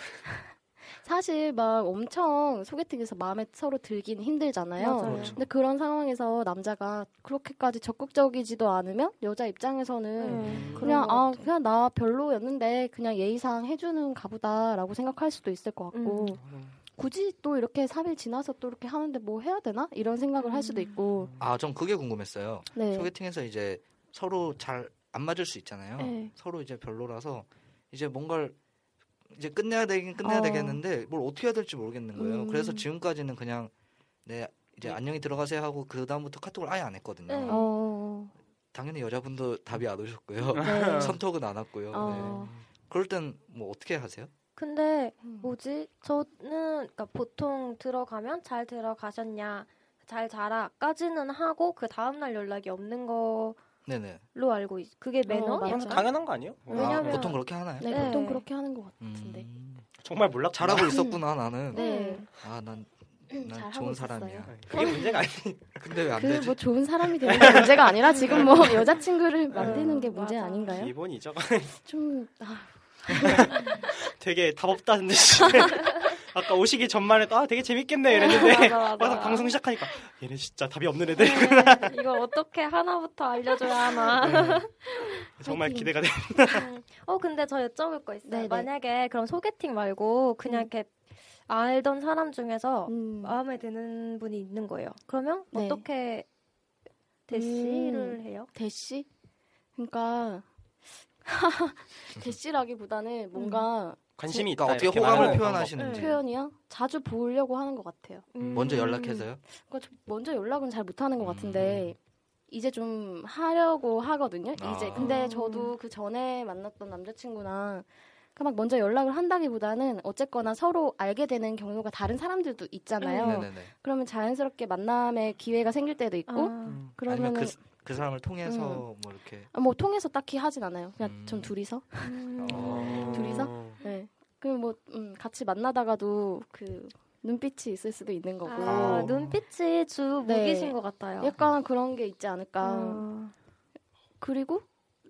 사실 막 엄청 소개팅에서 마음에 서로 들긴 힘들잖아요. 맞아요. 그렇죠. 근데 그런 상황에서 남자가 그렇게까지 적극적이지도 않으면 여자 입장에서는 네. 그냥 그런 것 아 그냥 나 별로였는데 그냥 예의상 해주는 가보다라고 생각할 수도 있을 것 같고 굳이 또 이렇게 3일 지나서 또 이렇게 하는데 뭐 해야 되나 이런 생각을 할 수도 있고 아, 전 그게 궁금했어요. 네. 소개팅에서 이제 서로 잘 안 맞을 수 있잖아요. 네. 서로 이제 별로라서 이제 뭔가를 이제 끝내야 되긴 끝내야 어. 되겠는데 뭘 어떻게 해야 될지 모르겠는 거예요. 음. 그래서 지금까지는 그냥 네 이제 안녕히 들어가세요 하고 그 다음부터 카톡을 아예 안 했거든요. 네. 어, 당연히 여자분도 답이 안 오셨고요. [laughs] [laughs] 네. 선톡은 안 왔고요. 네. 어, 그럴 땐 뭐 어떻게 하세요? 근데 음. 뭐지? 저는 그러니까 보통 들어가면 잘 들어가셨냐, 잘 자라까지는 하고 그 다음 날 연락이 없는 걸로 네네. 알고 있. 그게 매너? 어, 맞아. 약간? 당연한 거 아니에요? 아, 왜냐면- 보통 그렇게 하나요? 네, 네. 보통 그렇게 하는 것 음. 같은데. 음. 정말 몰랐 잘하고 있었구나 나는. 네. 음, 아 난 난 잘하고 좋은 있었어요. 네. 사람이야. 네, 그게 문제가 아니. 근데 왜 안 그 되지? 뭐 좋은 사람이 되는 게 문제가 아니라 [laughs] 지금 뭐 여자친구를 만드는 게 음, 문제 맞아. 아닌가요? 기본이죠. 좀 아, [laughs] 되게 답 없다는 듯이 아까 오시기 전만 해도 아 되게 재밌겠네 이랬는데 맞아, 맞아. [laughs] 막상 방송 시작하니까 얘네 진짜 답이 없는 애들 [laughs] 네, 이걸 어떻게 하나부터 알려줘야 하나. 네. 정말 화이팅. 기대가 돼. 음. 어 근데 저 여쭤볼 거 있어요. 네네. 만약에 그럼 소개팅 말고 그냥 음. 이렇게 알던 사람 어, 중에서 음. 아. 마음에 드는 분이 있는 거예요. 그러면 네. 음. 어떻게 대시를 해요? 대시? 그러니까 [laughs] 대시라기보다는 뭔가 관심이 있다. 그러니까 어떻게 네, 이렇게 호감을 말하는 표현하시는지. 방법. 표현이요? 자주 보려고 하는 것 같아요. 먼저 연락해서요. 그러니까 저 먼저 연락은 잘 못하는 것 같은데 이제 좀 하려고 하거든요. 이제 음. 아. 근데 저도 그 전에 만났던 남자친구나 그러니까 그막 먼저 연락을 한다기보다는 어쨌거나 서로 알게 되는 경우가 다른 사람들도 있잖아요. 음, 네네네. 그러면 자연스럽게 만남의 기회가 생길 때도 있고 아, 그러면은 아니면 그, 사- 그 사람을 통해서 뭐 이렇게 아, 뭐 통해서 딱히 하진 않아요. 그냥 음. 전 둘이서. 음. 어. 둘이서? 네. 그럼 뭐 음, 같이 만나다가도 그 눈빛이 있을 수도 있는 거고. 아, 눈빛이 주 어. 네. 무기신 것 같아요. 약간 그런 게 있지 않을까. 어. 그리고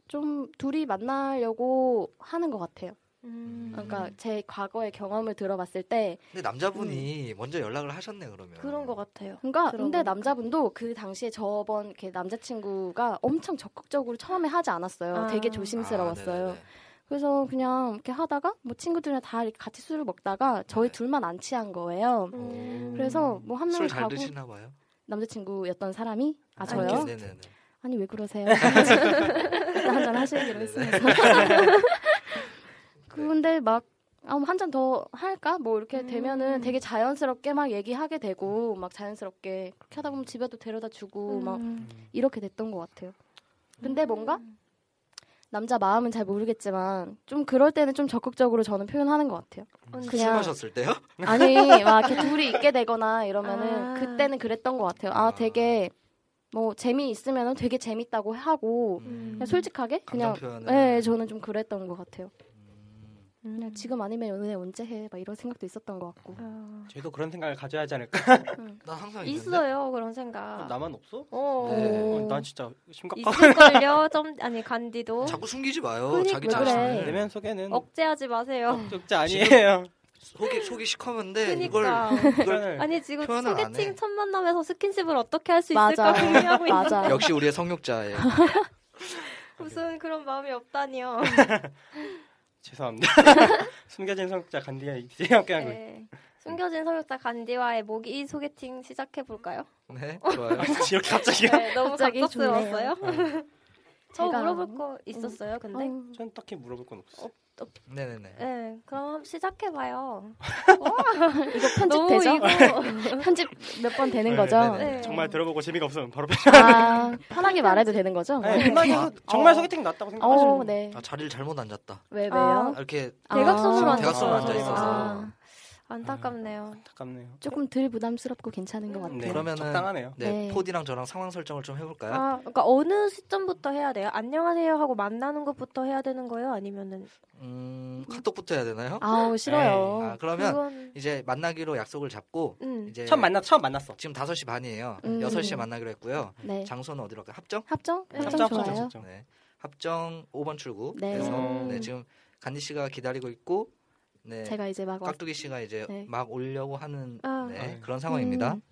좀 둘이 만나려고 하는 것 같아요. 음. 그러니까 제 과거의 경험을 들어봤을 때, 근데 남자분이 먼저 연락을 하셨네 그러면. 그런 것 같아요. 음. 그러니까 근데 들어보니까. 남자분도 그 당시에 저번 이렇게 남자친구가 엄청 적극적으로 처음에 하지 않았어요. 아. 되게 조심스러웠어요. 아, 네네네. 그래서 그냥 이렇게 하다가 뭐 친구들이랑 다 이렇게 같이 술을 먹다가 저희 네. 둘만 안 취한 거예요. 음. 그래서 뭐 한 명이 술잘 가고 드시나 봐요. 남자친구였던 사람이 아 저요? 아니요. 네네네. 아니 [laughs] 왜 그러세요? [laughs] 일단 한잔 네, 하시기로 했으니까. 근데 아, 뭐 막한잔 더 할까? 뭐 이렇게 음. 되면은 되게 자연스럽게 막 얘기하게 되고 막 자연스럽게 그렇게 하다 보면 집에도 데려다 주고 뭐 막 음. 네. 이렇게 됐던 것 같아요. 근데 뭔가 남자 마음은 잘 모르겠지만 좀 그럴 때는 좀 적극적으로 저는 표현하는 것 같아요. 술 음, 그냥- 마셨을 때요? 아니 [laughs] 막 이렇게 둘이 있게 되거나 이러면은 아. 그때는 그랬던 것 같아요. 아 아. 되게 뭐 재미 있으면은 되게 재밌다고 하고 음. 그냥 솔직하게 감정 그냥 표현을. 네, 저는 좀 그랬던 것 같아요. 음. 그냥 지금 아니면 연애 언제 해? 막 이런 생각도 있었던 것 같고. 어. 저희도 그런 생각을 가져야 하지 않을까. 나 항상 있는데? 있어요 그런 생각. 나만 없어? 아. 어. 네. 난 진짜 심각한. [laughs] 있을걸요 좀 아니 간디도 음. 자꾸 숨기지 마요. 그러니까 자기 왜 그래. 자신을. 내면 소개는 억제하지 마세요. 적자 [laughs] 아니에요. 속이 속이 시커먼데 그러니까. 그니까 네, 이걸 이걸 [laughs] 표현을 아니 지금 표현을 안 소개팅 해. 첫 만남에서 스킨십을 어떻게 할 수 있을까 맞아. 고민하고 있는 맞아. 역시 우리의 성욕자예요. 무슨 그런 마음이 없다니요. 죄송합니다. [laughs] 숨겨진 성자 간디가 이제 함께하고 있 네. 숨겨진 성욕자 간디와의 모기 소개팅 시작해 볼까요? 네, 좋아요. [laughs] 이렇게 갑자기 네, 너무 갑자기 갑작스러웠어요. 저 제가- 물어볼 거 있었어요. 근데 어, 전 딱히 물어볼 건 없어. 네네네. 네, 그럼 한번 시작해 봐요. 이거 너무 편집되죠? [laughs] 아. 이거 편집 몇 번 되는 네, 거죠? 네, 네. 정말 들어보고 재미가 없으면 바로 빼. 아, 편하게 말해도 되는 거죠? 네, 끝나기 아, 정말 어. 소개팅 났다고 생각하시는 어, 네. 아 자리를 잘못 앉았다. 왜 아, 왜요? 이렇게 아, 대각선으로 아, 앉았어요. 대각선으로 앉아 아. 있어서. 안타깝네요. 안타깝네요. 조금 덜 부담스럽고 괜찮은 것 같아요. 네, 그러면은- 적당하네요. 네, 네. 포디랑 저랑 상황 설정을 좀 해볼까요? 아, 그러니까 어느 시점부터 해야 돼요? 안녕하세요 하고 만나는 것부터 해야 되는 거예요? 아니면은 음, 카톡부터 해야 되나요? 아우 싫어요. 아, 그러면 그건 이제 만나기로 약속을 잡고 음. 이제 처음 만났 처음 만났어. 지금 5시 반이에요. 음. 6시에 만나기로 했고요. 네. 장소는 어디로 할까요? 합정? 합정? 합정, 합정 합정, 좋아요. 합정. 네. 합정 5번 출구. 네. 그래서 음. 네, 지금 간디 씨가 기다리고 있고 네. 제가 이제 막 왔- 깍두기 씨가 이제 네. 막 오려고 하는 아. 네, 아. 그런 상황입니다. 음,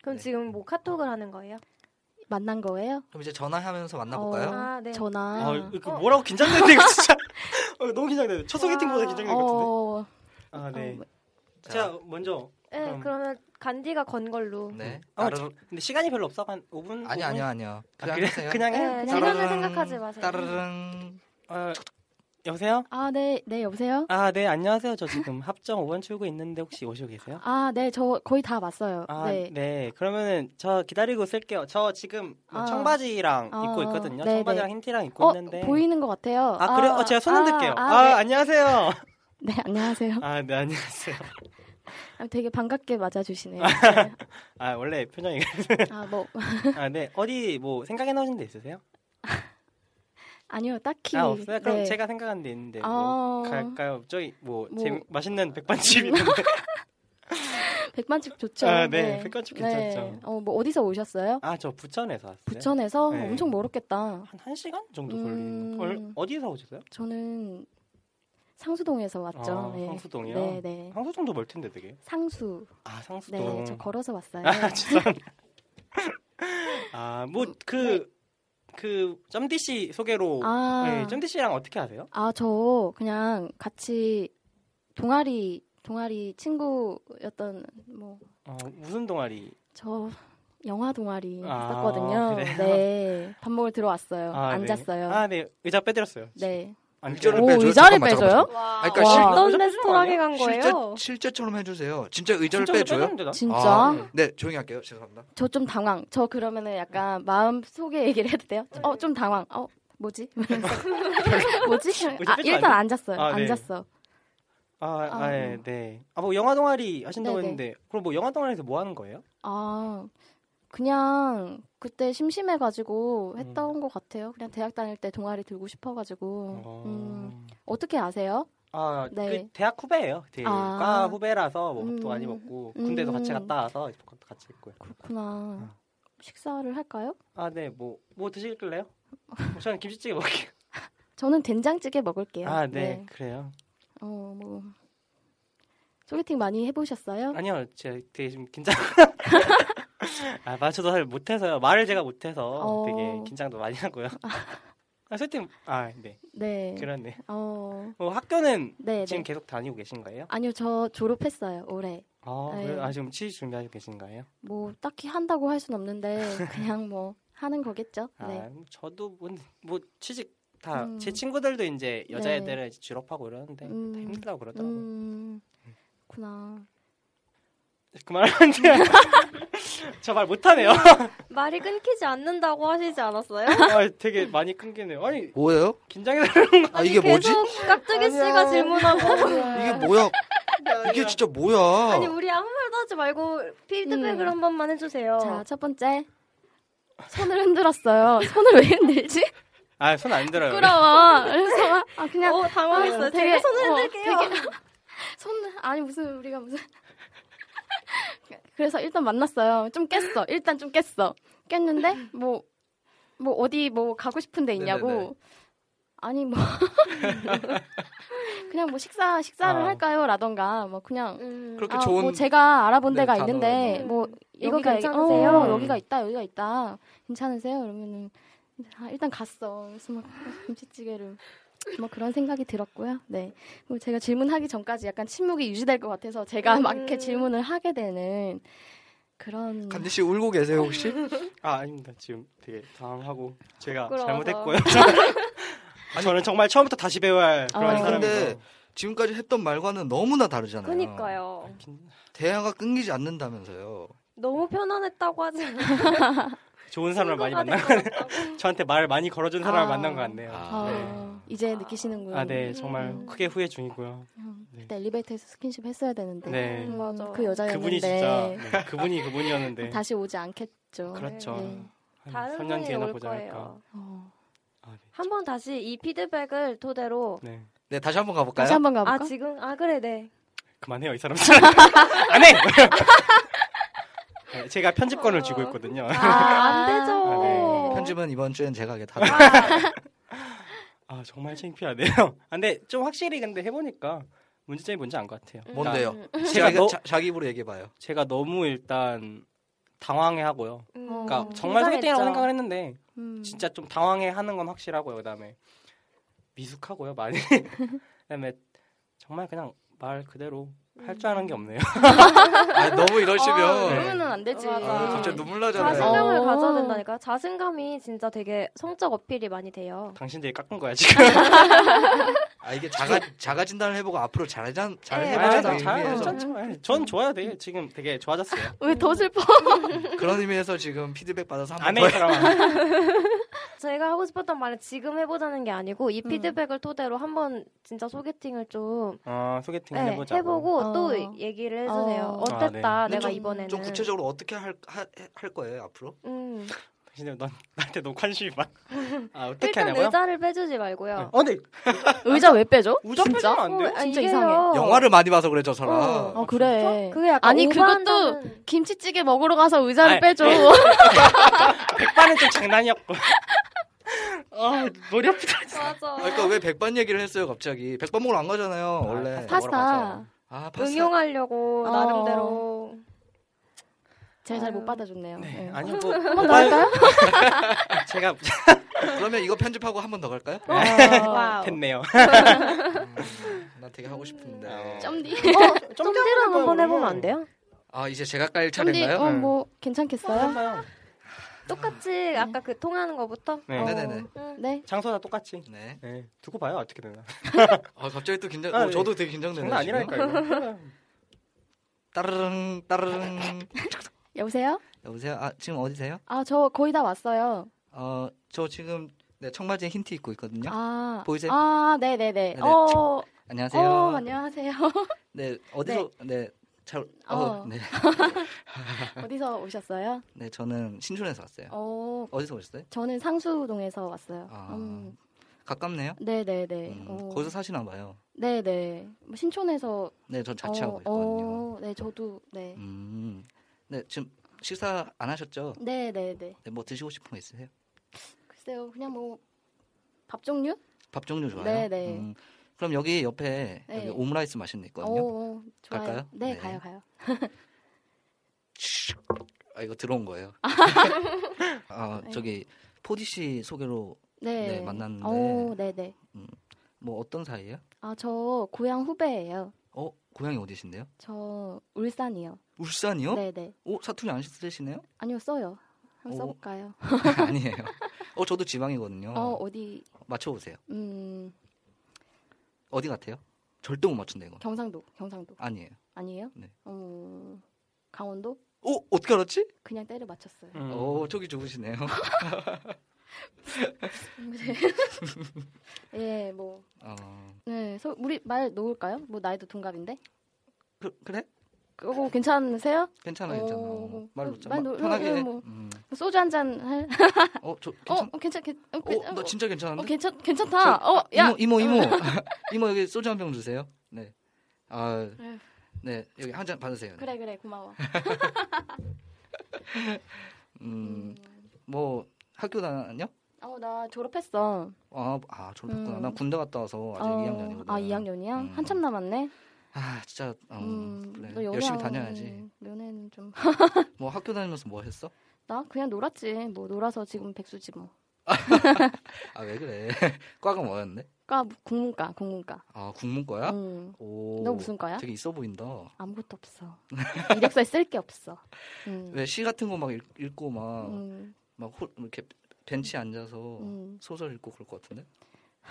그럼 네. 지금 뭐 카톡을 하는 거예요? 만난 거예요? 그럼 이제 전화하면서 만나볼까요? 아, 네. 전화. 아, 이거 뭐라고 긴장되는데 [laughs] 이거 진짜. 어, 너무 긴장돼. 첫 소개팅보다 와. 긴장된 것 어, 같은데. 아 네. 어, 제가 먼저. 네, 그럼. 그러면 간디가 건 걸로. 네. 아, 따르르- 근데 시간이 별로 없어 한 5분. 아니요, 아니요, 아니요. 그냥 하세요. 그냥 해. 네, 그냥 시간을 따르릉, 생각하지 마세요. 따르릉. 어, 여보세요? 아, 네, 네 여보세요? 아, 네, 안녕하세요. 저 지금 [laughs] 합정 5번 출구 있는데 혹시 오시고 계세요? 아, 네, 저 거의 다 왔어요. 아, 네. 네. 그러면은 저 기다리고 쓸게요. 저 지금 뭐 아. 청바지랑 아, 입고 있거든요. 네, 청바지랑 네. 흰 티랑 입고 어, 있는데. 보이는 것 같아요. 아, 그래요? 어, 제가 손 흔들게요. 아, 아, 네. 안녕하세요. [laughs] 네, 안녕하세요. 아, 네, 안녕하세요. 아, 되게 반갑게 맞아주시네요. 아, 원래 표정이. [laughs] 아, 뭐, [laughs] 아, 네. 어디 뭐 생각해 놓으신 데 있으세요? 아니요, 딱히. 아, 없어요? 그럼 네. 제가 생각한 데 있는데 뭐 아, 갈까요? 저기 뭐, 뭐. 음. 재미- 맛있는 백반집 있는데. [laughs] 백반집 좋죠. 아, 네. 백반집 괜찮죠. 어, 뭐, 어디서 오셨어요? 아, 저 부천에서 왔어요. 부천에서 네. 엄청 멀었겠다. 한 1시간 정도 걸리는. 음. 거. 얼- 어디에서 오셨어요? 저는 상수동에서 왔죠. 아, 네. 상수동이요? 네, 네. 상수동도 멀 텐데 되게. 상수. 아 네, 상수동. 저 네. 걸어서 아 왔어요. [laughs] 죄송합니다. [laughs] 아, 네. 아뭐그그 점디 씨 소개로 아. 네, 점디 씨랑 어떻게 아세요? 아, 저 그냥 같이 동아리 동아리 친구였던 어, 무슨 동아리? 뭐 저 영화 동아리 아, 했었거든요. 그래요? 네. 밥 먹을 들어왔어요. 아, 앉았어요. 네. 아, 네. 의자 빼드렸어요. 네. 안 의자를 빼요? 오, 빼줘요? 의자를 잠깐만, 빼줘요? 잠깐만, 와. 아니, 그러니까 와. 실- 어떤 의자 레스토랑에 간 실제 거예요? 실제처럼 해주세요. 진짜 의자를 진짜 빼줘요? 빼줬는데, 나? 진짜? 아, 네 조용히 할게요. 죄송합니다. 저 좀 당황. 저 그러면은 약간 마음 속에 얘기를 해도 돼요? 어, 좀 당황. 어, [laughs] 뭐지? [laughs] 뭐지? 아, 빼지 일단 말고. 앉았어요. 어, 아, 네. 앉았어. 아, 아, 아. 네, 네. 아, 뭐 영화 동아리 하신다고 네네. 했는데 그럼 뭐 영화 동아리에서 뭐 하는 거예요? 아, 그냥 그때 심심해가지고 음. 했던 것 같아요. 그냥 대학 다닐 때 동아리 들고 싶어가지고. 음, 어떻게 아세요? 아, 네. 그 대학 후배예요. 되게 아. 과 후배라서 뭐 밥도 음. 많이 먹고 군대도 같이 음. 갔다 와서 밥도 같이 했고요. 그렇구나. 아. 식사를 할까요? 아, 네. 뭐 뭐 [laughs] 드실래요? 저는 김치찌개 먹을게요. 저는 된장찌개 먹을게요. 아, 네. 그래요. 어, 뭐. 소개팅 많이 해보셨어요? 아니요. 제가 되게 지금 긴장 [laughs] 아, 맞춰도 잘 못해서요. 말을 제가 못해서 어. 되게 긴장도 많이 [laughs] 하고요. 아, 소팅 아, 네. 네. 그렇네. 어, 어, 학교는 네, 지금 네. 계속 다니고 계신 거예요? 아니요, 저 졸업했어요, 올해. 아, 네. 그래요? 아, 지금 취직 준비하고 계신 거예요? 뭐, 딱히 한다고 할 순 없는데, [laughs] 그냥 뭐, 하는 거겠죠? 아, 네. 저도 뭐, 뭐 취직 다 음. 네. 제 친구들도 이제 여자애들은 이제 졸업하고 이러는데 음. 다 힘들다고 그러더라고요. 음, 그렇구나. 음. 그만하는데 [laughs] 저 말 못하네요. 말이 끊기지 않는다고 하시지 않았어요? [laughs] 아, 되게 많이 끊기네요. 아니 뭐예요? 긴장해서 아 이게 뭐지? 계속 깍두기 씨가 질문하고 이게 뭐야? 이게 진짜 뭐야? 아니 우리 아무 말도 하지 말고 피드백을 음. 한 번만 해주세요. 어. 자, 첫 번째. 손을 흔들었어요. 손을 왜 [laughs] 흔들지? 아 손 안 들어요. 부끄러워. 그래서, 아, 그냥. 어 당황했어요. 아, 제가 손을 어, 흔들게요. 되게- 손, 아니, 무슨, 우리가 무슨. 그래서 일단 만났어요. 좀 깼어. 일단 좀 깼어. 깼는데, 뭐, 뭐, 어디 뭐 가고 싶은 데 있냐고. 네네네. 아니, 뭐. [laughs] 그냥 뭐 식사, 식사를 어. 아. 할까요? 라던가, 뭐, 그냥. 음. 그렇게 아, 좋은 뭐 제가 알아본 네, 음. 데가 단어를 있는데 뭐. 뭐 음. 이거 여기 괜찮으세요? 어, 여기가 있다 여기가 있다 괜찮으세요? 그러면은 아, 일단 갔어 그래서 막 김치찌개를 뭐 그런 생각이 들었고요. 네, 뭐 제가 질문하기 전까지 약간 침묵이 유지될 것 같아서 제가 막 이렇게 음. 질문을 하게 되는 그런 간디 씨 울고 계세요 혹시? 아 아닙니다. 지금 되게 당황하고 제가 부끄러워서. 잘못했고요. [laughs] 저는 정말 처음부터 다시 배워야 할 그런 아니, 네. 사람이고. 근데 지금까지 했던 말과는 너무나 다르잖아요. 그니까요. 대화가 끊기지 않는다면서요. 너무 편안했다고 하지 않아요? 좋은 사람을 많이 만난 저한테 말을 많이 걸어준 사람을 아. 만난 것 같네요. 아, 이제 느끼시는군요. 아, 네, 음. 정말 크게 후회 중이고요. 음, 네. 그때 엘리베이터에서 스킨십 했어야 되는데 네. 음, 맞아. 그 여자였는데 그분이 진짜 네, [laughs] 그분이 그분이었는데 다시 오지 않겠죠. 그렇죠. 네. 한 다른 3년 분이 뒤에나 올 보자 할까. 거예요. 어. 아, 한 번 다시 이 피드백을 토대로 네. 네. 네 다시 한번 가볼까요? 다시 한번 가볼까? 아 지금 아 그래 네. 그만해요, 이 사람. [laughs] 안 해. 네, 제가 편집권을 주고 있거든요. 아, 안 되죠. 아, 네. 편집은 이번 주엔 제가 하겠다. 아, 정말 창피하네요. [laughs] 아, 근데 좀 확실히 근데 해 보니까 문제점이 뭔지 안 것 같아요. 음, 뭔데요? 제가 제가 너- 자, 자기 입으로 얘기해봐요. 제가 너무 일단 당황해 하고요. 음. 그러니까 어, 정말 소개팅이라고 긴장했죠. 생각을 했는데 음. 진짜 좀 당황해 하는 건 확실하고요. 그다음에 미숙하고요, 많이. [laughs] 그다음에 정말 그냥 말 그대로 할 줄 아는 게 없네요. [laughs] 아, 너무 아, 이러시면 그러면은 안 되지. 맞아. 아, 갑자기 눈물 나잖아요. 사실- 네. 자신감을 어. 가져야 된다니까. 자신감이 진짜 되게 성적 어필이 많이 돼요. 당신들이 깎은 거야, 지금. 아 이게 자가 자가 진단을 해보고 앞으로 잘하자 잘 네, 해보자 맞아. 는 잘- 의미에서 잘- 전 좋아야 돼요. 지금 되게 좋아졌어요. 왜 더 슬퍼? 그런 의미에서 지금 피드백 받아서 한번 아메이 [laughs] 사람. 제가 하고 싶었던 말은 지금 해보자는 게 아니고 이 음. 피드백을 토대로 한번 진짜 소개팅을 좀 어, 소개팅 네, 해보자. 해보고 어. 또 얘기를 해주세요. 어. 어. 땠다 아, 네. 내가 좀- 이번에는 좀 구체적으로 어떻게 할 할 거예요 앞으로? 음. 당신들 넌 나한테 너무 관심이 많. 아 어떻게 일단 하냐고요? 의자를 빼주지 말고요. 어, 근데 [laughs] 의자 왜 빼죠? 의자 빼주면 진짜? 안 돼요? 아, 진짜 이게요. 이상해. 영화를 많이 봐서 그래 저 사람. 어. 아 그래. 그게 약간 아니 그것도 오버한다는- 김치찌개 아, 네. [laughs] 먹으러 가서 의자를 아니, 빼줘. 백반은 좀 장난이었고. 아 머리 아프다. 진짜. [laughs] 맞아. 아, 그러니까 왜 백반 얘기를 했어요 갑자기? 백반 먹으러 안 가잖아요 원래. 파스타 먹으러 가죠. 파스타 아 파스타. 응용하려고 어. 나름대로. 제가 잘 못 아유. 받아줬네요. 네, 네. 아니 뭐 [laughs] 한번 더 할까요? 제가 그러면 이거 편집하고 한 번 더 갈까요? 어. 와우. 됐네요. 음, 나 되게 하고 싶은데. 어. 점디. 점지로 한번 해보면 안 돼요? 아 이제 제가 깔 점디. 차례인가요? 네. 어, 뭐 괜찮겠어요? 해봐요. 똑같이 아까 그 통하는 거부터. 네. 어. 네네네. 음. 네. 장소다 똑같이. 네. 네, 두고 봐요 어떻게 되나. 아 갑자기 또 긴장. 아, 어, 네. 음. 저도 되게 긴장되네요. 장난 아니라니까 이거. 따르릉 따르릉. 여보세요? 여보세요. 아 지금 어디세요? 아, 저 거의 다 왔어요. 어 저 지금 네 청바지에 흰 티 입고 있거든요. 아. 보이세요? 아, 네, 네, 네. 네네. 어. 안녕하세요. 어, 안녕하세요. [laughs] 네 어디서 네. 잘, 어, 어. 네. 어디서 오셨어요? 네, 저는 신촌에서 왔어요. 어, 어디서 오셨어요? 저는 상수동에서 왔어요. 아, 음. 가깝네요. 네, 네, 네. 음, 어. 거기서 사시나 봐요. 네, 네. 뭐 신촌에서 네, 전 자취하고 어, 있거든요. 어, 네, 저도 네. 음, 네, 지금 식사 안 하셨죠? 네, 네, 네. 네, 뭐 드시고 싶은 거 있으세요? 글쎄요. 그냥 뭐 밥 종류? 밥 종류 좋아요? 네, 네. 음, 그럼 여기 옆에 네. 여기 오므라이스 맛있는 데 있거든요. 오, 오, 좋아요. 갈까요? 네, 네. 가요, 가요. 아, 이거 들어온 거예요. [laughs] 아, 네. 저기 포디 씨 소개로 네. 네, 만났는데. 오, 네, 네. 뭐 어떤 사이예요? 아, 저 고향 후배예요. 어, 고향이 어디신데요? 저 울산이요. 울산이요? 네, 네. 오, 사투리 안 [laughs] 쓰시네요? [laughs] 아니요, 써요. 한번 오. 써 볼까요? 아니에요. 어, 저도 지방이거든요. 어, 어디 맞춰보세요. 음, 어디 같아요? 절대 못 맞춘다 이거. 경상도, 경상도. 아니에요. 아니에요? 네. 어, 강원도? 어 어떻게 알았지? 그냥 때려 맞췄어요. 음. 오 촉이 좋으시네요. [laughs] 예, 뭐. 어, 네, 소, 우리 말 놓을까요? 뭐 나이도 동갑인데. 그, 그래? 그거 괜찮으세요? 괜찮아 어, 괜찮아. 어, 말 어, 놓자. 말 마- 놓- 편하게. 어, 해. 뭐. 음. 소주 한 잔 할. 어저 괜찮. 어, 괜찮 괜. 어, 괜- 어, 너 진짜 어, 괜찮은데? 괜찮 괜찮다. 어, 야. 아, 이모 이모 이모 [laughs] 이모 여기 소주 한 병 주세요. 네. 아, 네 여기 한 잔 받으세요. 그래 그래 고마워. 음, 음. 뭐 학교 다녀? 어, 나 졸업했어. 아, 아 졸업했구나. 음. 난 군대 갔다 와서 아직 어, 2학년이거든. 아, 2학년이야? 음. 한참 남았네. 아, 진짜 음, 음. 그래. 너 연애하고 열심히 다녀야지. 연애는 좀. [laughs] 뭐 학교 다니면서 뭐 했어? 나 그냥 놀았지. 뭐 놀아서 지금 백수지 뭐. 아 왜 그래? [laughs] 과가 뭐였는데? 과 국문과 국문과. 아 국문과야? 음. 오. 너 무슨 과야? 되게 있어 보인다. [laughs] 아무것도 없어. 이력서에 쓸 게 없어. 음. 왜 어. 시 같은 거 막 읽고 막 막 음, 이렇게 벤치 앉아서 음. 소설 읽고 그럴 것 같은데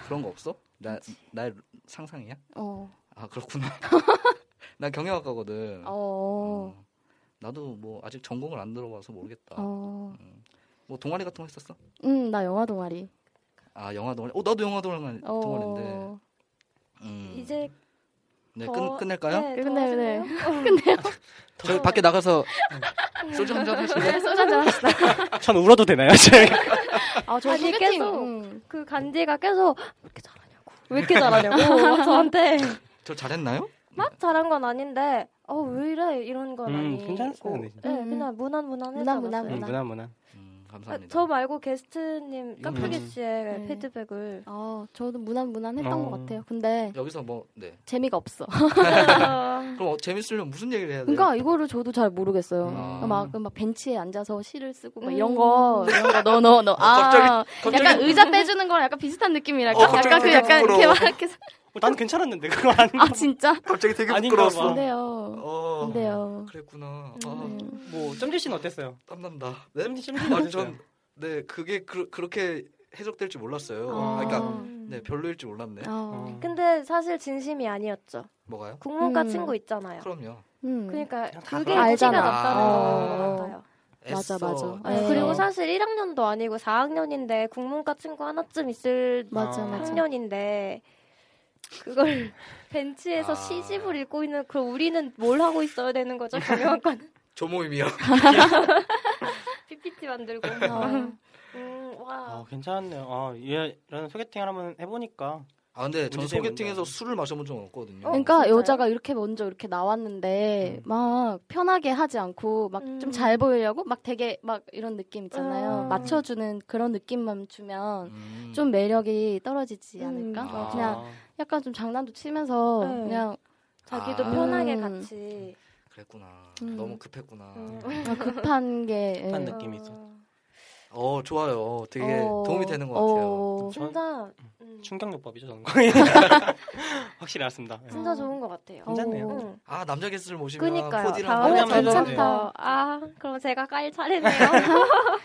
그런 거 없어? 나 나의 상상이야? 어. 아 그렇구나. [laughs] 난 경영학과거든. 어. 음, 나도 뭐 아직 전공을 안 들어봐서 모르겠다. 어. 음. 뭐 동아리 같은 거 했었어? 음, 나 영화 동아리. 아 영화 동아리. 어 나도 영화 동아리 어. [laughs] 동아리인데. 음. 이제 네 더- 끝, 끝낼까요? 네, 더 끝내, 끝내. 하실래요? 저희 밖에 나가서 음, 소주 한잔 하실래요? 네, 소주 한잔 [laughs] 합시다. 전 아, 울어도 [laughs] 되나요? 제가? 아, 저 아니, 소개팅. 계속. 음. 그 간디가 계속 왜 이렇게 잘하냐고. 왜 이렇게 잘하냐고. [laughs] 저한테 저 잘했나요? 막 잘한 건 아닌데 어 왜 이래 이런 건 음, 아니고. 괜찮았어요, 근데. 네, 음. 그냥 무난 무난해서 무난, 무난, 음, 무난. 무난 무난. 음, 아, 감사합니다. 저 말고 게스트님 깍두기 음. 씨의 네. 피드백을 아, 저도 무난무난했던 어. 것 같아요. 근데 여기서 뭐 네. 재미가 없어. 그럼 어, 재밌으려면 무슨 얘기를 해야 돼요? 그러니까 이거를 저도 잘 모르겠어요. 그러니까 음. 막, 막 벤치에 앉아서 시를 쓰고 막 음. 이런 거, 이런 거, 너, 너, 어, 너. 아, 약간 의자 빼주는 거랑 약간 비슷한 느낌이랄까. 뭐. 어, 약간 갑자기 그 약간 부끄러워. 이렇게 막 이렇게. 사- 어, 난 괜찮았는데 그거 안. 아, 진짜? 갑자기 되게 아닌가 부끄러웠어. 봐. 근데요. 어. 근데요. 그랬구나. 음, 네. 아, [laughs] 뭐 점지 씨는 어땠어요? 땀난다. 네? 점지 씨는 아, 어땠어요? 전, 네, 그게 그, 그렇게 해석될 줄 몰랐어요. 아. 아, 그러니까 음. 아. 네, 별로일 줄 몰랐네. 음, 어. 근데 사실 진심이 아니었죠. 뭐가요? 국문과 음. 친구 있잖아요. 그럼요. 음. 그러니까 그냥 다 그게 그런 티가 알잖아. 났다는 아. 것 같아요. 애써. 맞아. 네, 네. 그리고 사실 1학년도 아니고 4학년인데 국문과 친구 하나쯤 있을 맞아, 아. 맞아. 학년인데 그걸 [laughs] 벤치에서 아. 시집을 읽고 있는 그 우리는 뭘 하고 있어야 되는 거죠? [laughs] 경영학과는 조모임이요. PPT 만들고 어. 음, 와. 아, 괜찮았네요. 아, 이- 이런 소개팅을 한번 해보니까 [laughs] 아 근데 문제 저는 때문에 소개팅에서 문제야. 술을 마셔본 적은 없거든요. 어, 그러니까 진짜요? 여자가 이렇게 먼저 이렇게 나왔는데 막 편하게 하지 않고 막 좀 음. 잘 보이려고 막 되게 막 이런 느낌 있잖아요. 음. 맞춰주는 그런 느낌만 주면 음. 좀 매력이 떨어지지 음. 않을까? 아. 그냥 약간 좀 장난도 치면서 네. 그냥 자기도 아. 편하게 음. 같이. 그랬구나. 음. 너무 급했구나. 음. 아, 급한 게 예. 급한 느낌이 있어. 어 좋아요. 되게 어, 도움이 되는 것 같아요. 어, 진짜 음, 충격요법이죠 저는 [laughs] 거 확실히 알았습니다. 예. 진짜 좋은 것 같아요. 어, 괜찮네요. 응. 아 남자 게스트를 모시면 그니까요. 코디랑 다음에 한번 해줘도 괜찮다. 아, 그럼 제가 깔 차례네요.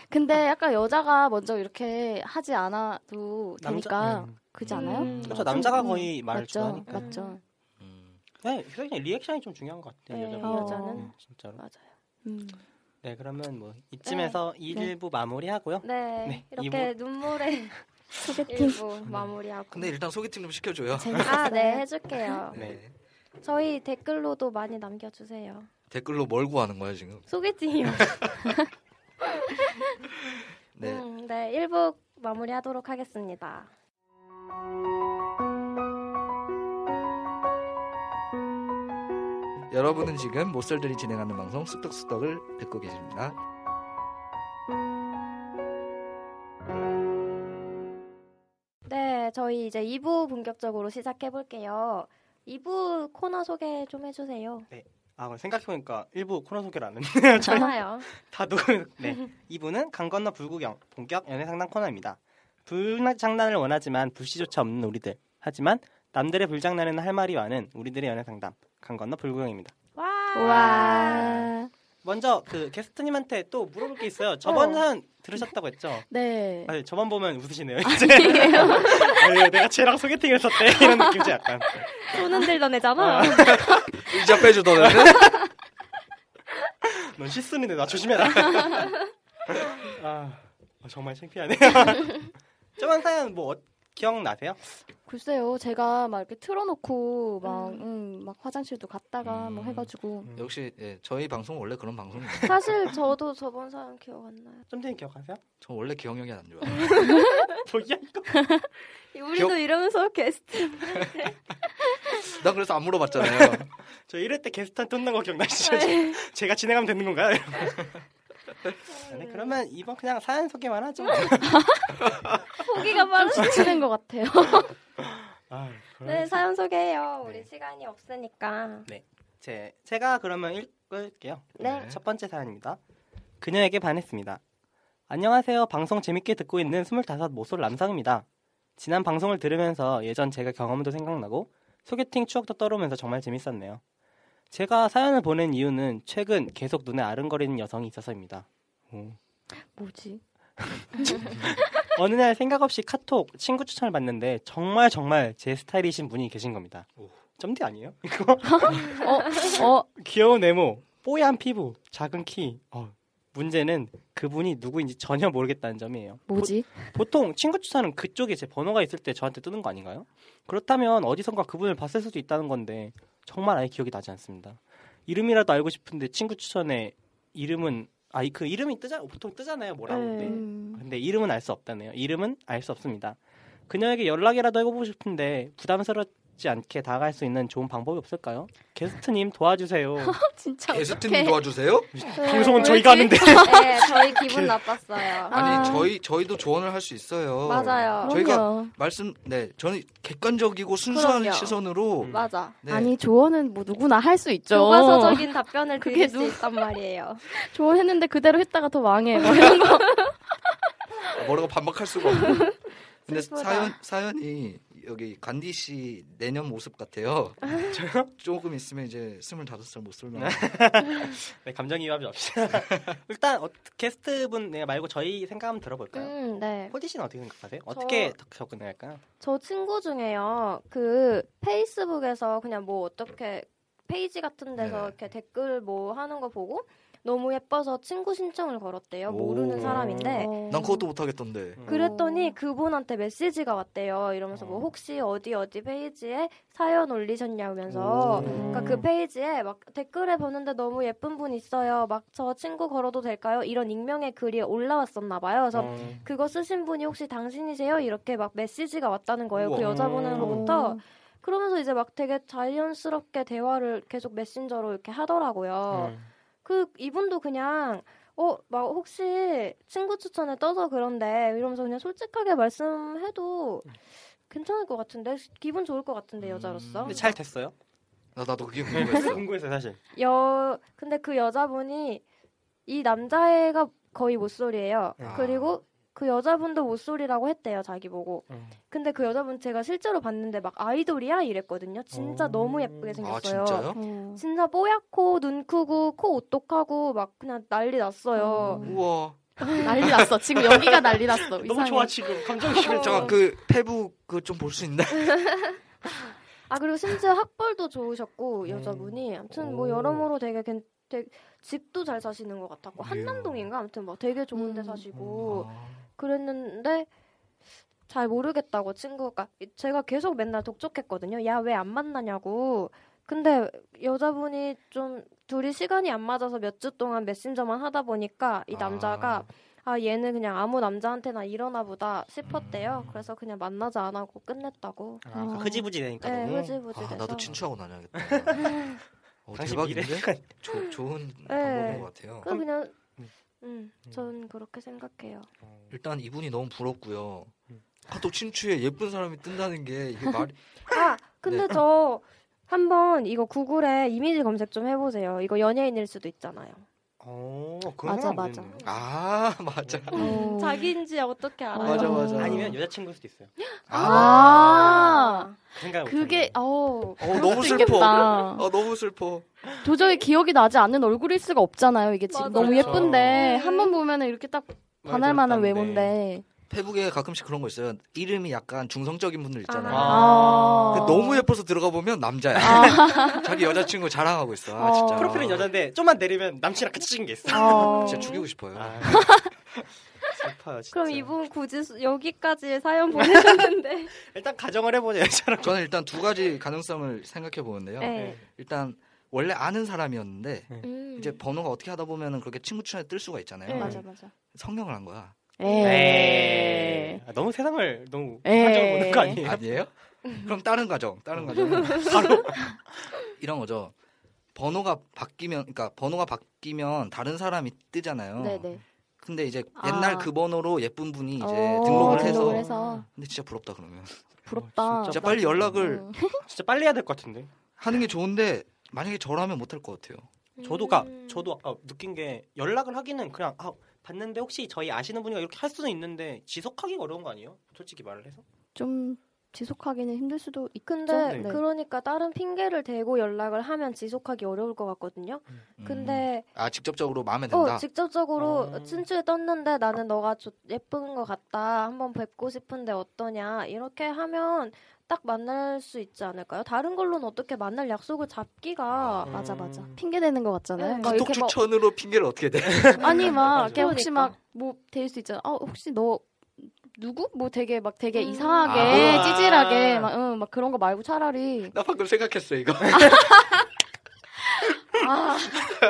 근데 약간 여자가 먼저 이렇게 하지 않아도 되니까 음. 그지 않아요? 음. 그렇죠 남자가 음, 거의 말을 맞죠, 주도하니까. 맞죠. 음. 네, 그냥 리액션이 좀 중요한 것 같아요. 네, 여자분들. 여자는. 음, 진짜로. 맞아요. 음. 네, 그러면 뭐 이쯤에서 일 1부 마무리하고요. 네, 네, 이렇게 눈물의 소개팅 일부 마무리하고. 근데 일단 소개팅 좀 시켜줘요. 아, 네, 해줄게요. 네. 네. 저희 댓글로도 많이 남겨주세요. 댓글로 뭘 구하는 거예요 지금? 소개팅이요. [laughs] 네. 음, 네, 1부 마무리하도록 하겠습니다. 여러분은 지금 모쏠들이 진행하는 방송 쑥덕쑥덕을 듣고 계십니다. 네, 저희 이제 2부 본격적으로 시작해 볼게요. 2부 코너 소개 좀 해주세요. 아, 그럼 생각해보니까 일부 코너 소개를 안 했네. [laughs] 좋아요. 다 녹음. 네. 이분은 강 건너 불구경 본격 연애 상담 코너입니다. 불장난을 원하지만 불씨조차 없는 우리들. 하지만 남들의 불장난에는 할 말이 많은 우리들의 연애 상담 강 건너 불구경입니다. 와. 와. 먼저 그 게스트님한테 또 물어볼 게 있어요. 저번 어. 사연 들으셨다고 했죠? 네. 아니, 저번 보면 웃으시네요. 이제 [laughs] 아니, 내가 쟤랑 소개팅을 했었대 이런 느낌이지 약간. 손 흔들던 애잖아. 이자 빼주던 애는 넌 실수인데 나 조심해라. 아, 아, 정말 창피하네요. [laughs] 저번 사연 뭐 어- 기억나세요? 글쎄요, 제가 막 이렇게 틀어놓고 막, 음. 음, 막 화장실도 갔다가 뭐 음. 해가지고. [laughs] 역시 예, 저희 방송은 원래 그런 방송이에요. 사실 저도 저번 사연 기억 안 나요. 좀 전에 기억하세요? 저 원래 기억력이 안 좋아. [laughs] 뭐야? 우리도 기억- 이러면서 게스트. 난 그래서 안 물어봤잖아요. 저 이럴 때 게스트한테 혼난 거 기억나시죠? 제- [laughs] 제가 진행하면 되는 건가요? 네, 그러면 이번 그냥 사연 소개만 하죠. 포기가 좀 빠르. 지치는 [laughs] 것 같아요. [laughs] 아, 그럼 네, 사연 소개해요. 우리 네. 시간이 없으니까. 제, 제가 그러면 읽을게요. 네. 첫 번째 사연입니다. 그녀에게 반했습니다. 안녕하세요. 방송 재밌게 듣고 있는 25 모쏠 남성입니다. 지난 방송을 들으면서 예전 제가 경험도 생각나고 소개팅 추억도 떠오르면서 정말 재밌었네요. 제가 사연을 보낸 이유는 최근 계속 눈에 아른거리는 여성이 있어서입니다. 오. 뭐지? 어느 날 생각 없이 카톡 친구 추천을 받는데 정말 정말 제 스타일이신 분이 계신 겁니다. 오. 점디 아니에요? [laughs] 이거 어, 어, 귀여운 외모, 뽀얀 피부, 작은 키. 어, 문제는 그분이 누구인지 전혀 모르겠다는 점이에요. 뭐지? 보, 통 친구 추천은 그쪽에 제 번호가 있을 때 저한테 뜨는 거 아닌가요? 그렇다면 어디선가 그분을 봤을 수도 있다는 건데 정말 아예 기억이 나지 않습니다. 이름이라도 알고 싶은데 친구 추천에 이름은 아이 그 이름이 뜨자 보통 뜨잖아요 뭐라고 네. 근데 [laughs] 음. 근데 이름은 알 수 없다네요. 이름은 알 수 없습니다. 그녀에게 연락이라도 해보고 싶은데 부담스럽지 않게 다가갈 수 있는 좋은 방법이 없을까요? 게스트님 [laughs] 도와주세요. 진짜 게스트님 어떡해. 네. 도와주세요? 네. 방송은 저희가 [laughs] 하는데. 네, 저희 기분 나빴어요. 아. 아니 저희 저희도 조언을 할 수 있어요. 맞아요. 저희가 그런 거. 말씀 네 저는 객관적이고 순수한 그럼요. 시선으로 맞아. 네, 아니 조언은 뭐 누구나 할 수 있죠. 교과서적인 답변을 드릴 그게 수 누- 있단 말이에요. 조언했는데 그대로 했다가 더 망해. 어. 뭐 이런 거. 뭐라고 반박할 수가 없고. [laughs] 근데 슬프다. 사연 사연이 여기 간디 씨 내년 [laughs] 모습 같아요. [laughs] 저요? 조금 있으면 이제 스물다섯 살 모쏠만. 네, 감정이입하지 맙시다. [laughs] 일단 어, 게스트분 네, 말고 저희 생각 한번 [laughs] 들어볼까요? 음, 네. 호디 씨는 어떻게 생각하세요? 어떻게 접근해야 할까요? 저 친구 중에요. 그 페이스북에서 그냥 뭐 어떻게 페이지 같은 데서 네. 이렇게 댓글 뭐 하는 거 보고 너무 예뻐서 친구 신청을 걸었대요. 오. 모르는 사람인데. 어. 난 그것도 못 하겠던데. 그랬더니 그분한테 메시지가 왔대요. 이러면서 뭐 어. 혹시 어디 어디 페이지에 사연 올리셨냐면서 그러니까 그 페이지에 막 댓글에 보는데 너무 예쁜 분 있어요. 막 저 친구 걸어도 될까요? 이런 익명의 글이 올라왔었나 봐요. 그래서 음. 그거 쓰신 분이 혹시 당신이세요? 이렇게 막 메시지가 왔다는 거예요. 그 우와. 어. 어. 여자분으로부터. 그러면서 이제 막 되게 자연스럽게 대화를 계속 메신저로 이렇게 음. 하더라고요. 그 이분도 그냥 어 막 혹시 친구 추천에 떠서 그런데 이러면서 그냥 솔직하게 말씀해도 괜찮을 것 같은데 기분 좋을 것 같은데 여자로서 근데 [laughs] 잘 됐어요? 나 나도 그게 궁금했어. 궁금했어요 사실. 여 근데 그 여자분이 이 남자애가 거의 모쏠이에요. 아. 그리고 그 여자분도 모쏠이라고 했대요 자기 보고. 음. 근데 그 여자분 제가 실제로 봤는데 막 아이돌이야 이랬거든요. 진짜 오. 너무 예쁘게 아 생겼어요. 진짜요? 어. 진짜 뽀얗고 눈 크고 코 오똑하고 막 그냥 난리 음. 났어요. 우와. 난리 났어. 지금 여기가 난리 났어. 너무 이상해. 좋아 지금 [laughs] 감정이 어. 잠깐 그 페북 그거 좀 볼 수 있나? 아 그리고 심지어 학벌도 좋으셨고 여자분이 아무튼 뭐 오. 여러모로 되게 괜 되게 집도 잘 사시는 것 같았고 그래요. 한남동인가 아무튼 뭐 되게 좋은 데 음. 사시고 아. 그랬는데 잘 모르겠다고 친구가 제가 계속 맨날 독촉했거든요. 야 왜 안 만나냐고. 근데 여자분이 좀 둘이 시간이 안 맞아서 몇 주 동안 메신저만 하다 보니까 이 남자가 아 얘는 그냥 아무 남자한테나 이러나 보다 싶었대요. 음. 그래서 그냥 만나지 않하고 끝냈다고. 아, 그러니까 흐지부지 되니까 네, 너무. 흐지부지 아, 돼서. 나도 친추하고 [laughs] 나냐겠다. 어, 당신 대박인데? 미래가 조- 좋은 방법인 것 같아요. 네. 그 그냥 음, 음. 전 그렇게 생각해요. 일단 이분이 너무 부럽고요. 음. 아, 또 친추에 예쁜 사람이 뜬다는 [laughs] 게 이게 말이 아, 근데 네. 저 한번 이거 구글에 이미지 검색 좀 해보세요. 이거 연예인일 수도 있잖아요. 어, 맞아, 생각 못 맞아. 했네요. 아 맞아 음. 음. 어. 자기인지 어떻게 알아요? 맞아, 맞아. 음. 아, 아니면 여자친구일 수도 있어요. 아, 아, 그 생각을 못 그게 했네요. 어 어, 너무 슬퍼 있겠다. 어, 너무 슬퍼 도저히 기억이 나지 않는 얼굴일 수가 없잖아요. 이게 지금 맞아요. 너무 그렇죠. 예쁜데 음. 한 번 보면은 이렇게 딱 반할 만한 맞아, 외모인데 페북에 가끔씩 그런 거 있어요 이름이 약간 중성적인 분들 있잖아요 아. 근데 그러니까 너무 예뻐서 들어가 보면 남자야 [laughs] 자기 여자친구 자랑하고 있어 아, 어. 진짜 프로필은 여자인데 좀만 내리면 남친이랑 같이 찍은 게 있어. 아. 어. 진짜 죽이고 싶어요 아, 슬퍼요 진짜. 그럼 이분 굳이 수- 여기까지 사연 [laughs] 보내셨는데. 일단 가정을 해보자 여자랑. 저는 일단 두 가지 가능성을 생각해 보는데요 네. 일단 원래 아는 사람이었는데 음. 이제 번호가 어떻게 하다 보면은 그렇게 친구 추천에 뜰 수가 있잖아요 네, 맞아 맞아. 성형을 한 거야 에. 아, 너무 세상을 너무 에이. 환적으로 보는 거 아니에요? 아니에요? 그럼 다른 과정, 다른 과정. 바로 이런 거죠. 번호가 바뀌면, 그러니까 번호가 바뀌면 다른 사람이 뜨잖아요. 네네. 근데 이제 옛날 아. 그 번호로 예쁜 분이 이제 어, 등록을 등록을 해서. 해서. 근데 진짜 부럽다 그러면. 부럽다. 진짜 빨리 연락을 음. 진짜 빨리 해야 될 것 같은데. 하는 게 좋은데 만약에 저라면 못할 것 같아요. 음. 저도 가 저도 아까 느낀 게 연락을 하기는 그냥 아 봤는데 혹시 저희 아시는 분이 이렇게 할 수는 있는데 지속하기가 어려운 거 아니에요? 솔직히 말을 해서. 좀 지속하기는 힘들 수도 있. 근데 네. 그러니까 다른 핑계를 대고 연락을 하면 지속하기 어려울 것 같거든요. 음. 근데 아 직접적으로 마음에 네, 든다. 어 직접적으로 음. 친추에 떴는데 나는 너가 좋- 예쁜 것 같다. 한번 뵙고 싶은데 어떠냐 이렇게 하면 딱 만날 수 있지 않을까요? 다른 걸로는 어떻게 만날 약속을 잡기가 맞아 맞아. 음. 핑계 대는 것 네. 같잖아요. 막 카톡 이렇게 막 추천으로 핑계를 어떻게 대? 아니 막 이렇게 혹시 그러니까. 막 뭐 될 수 있잖아. 어 혹시 너 누구? 뭐 되게 막 되게 음. 이상하게 아. 찌질하게 막, 응, 막 그런 거 말고 [laughs] 차라리 나 방금 생각했어 이거. 아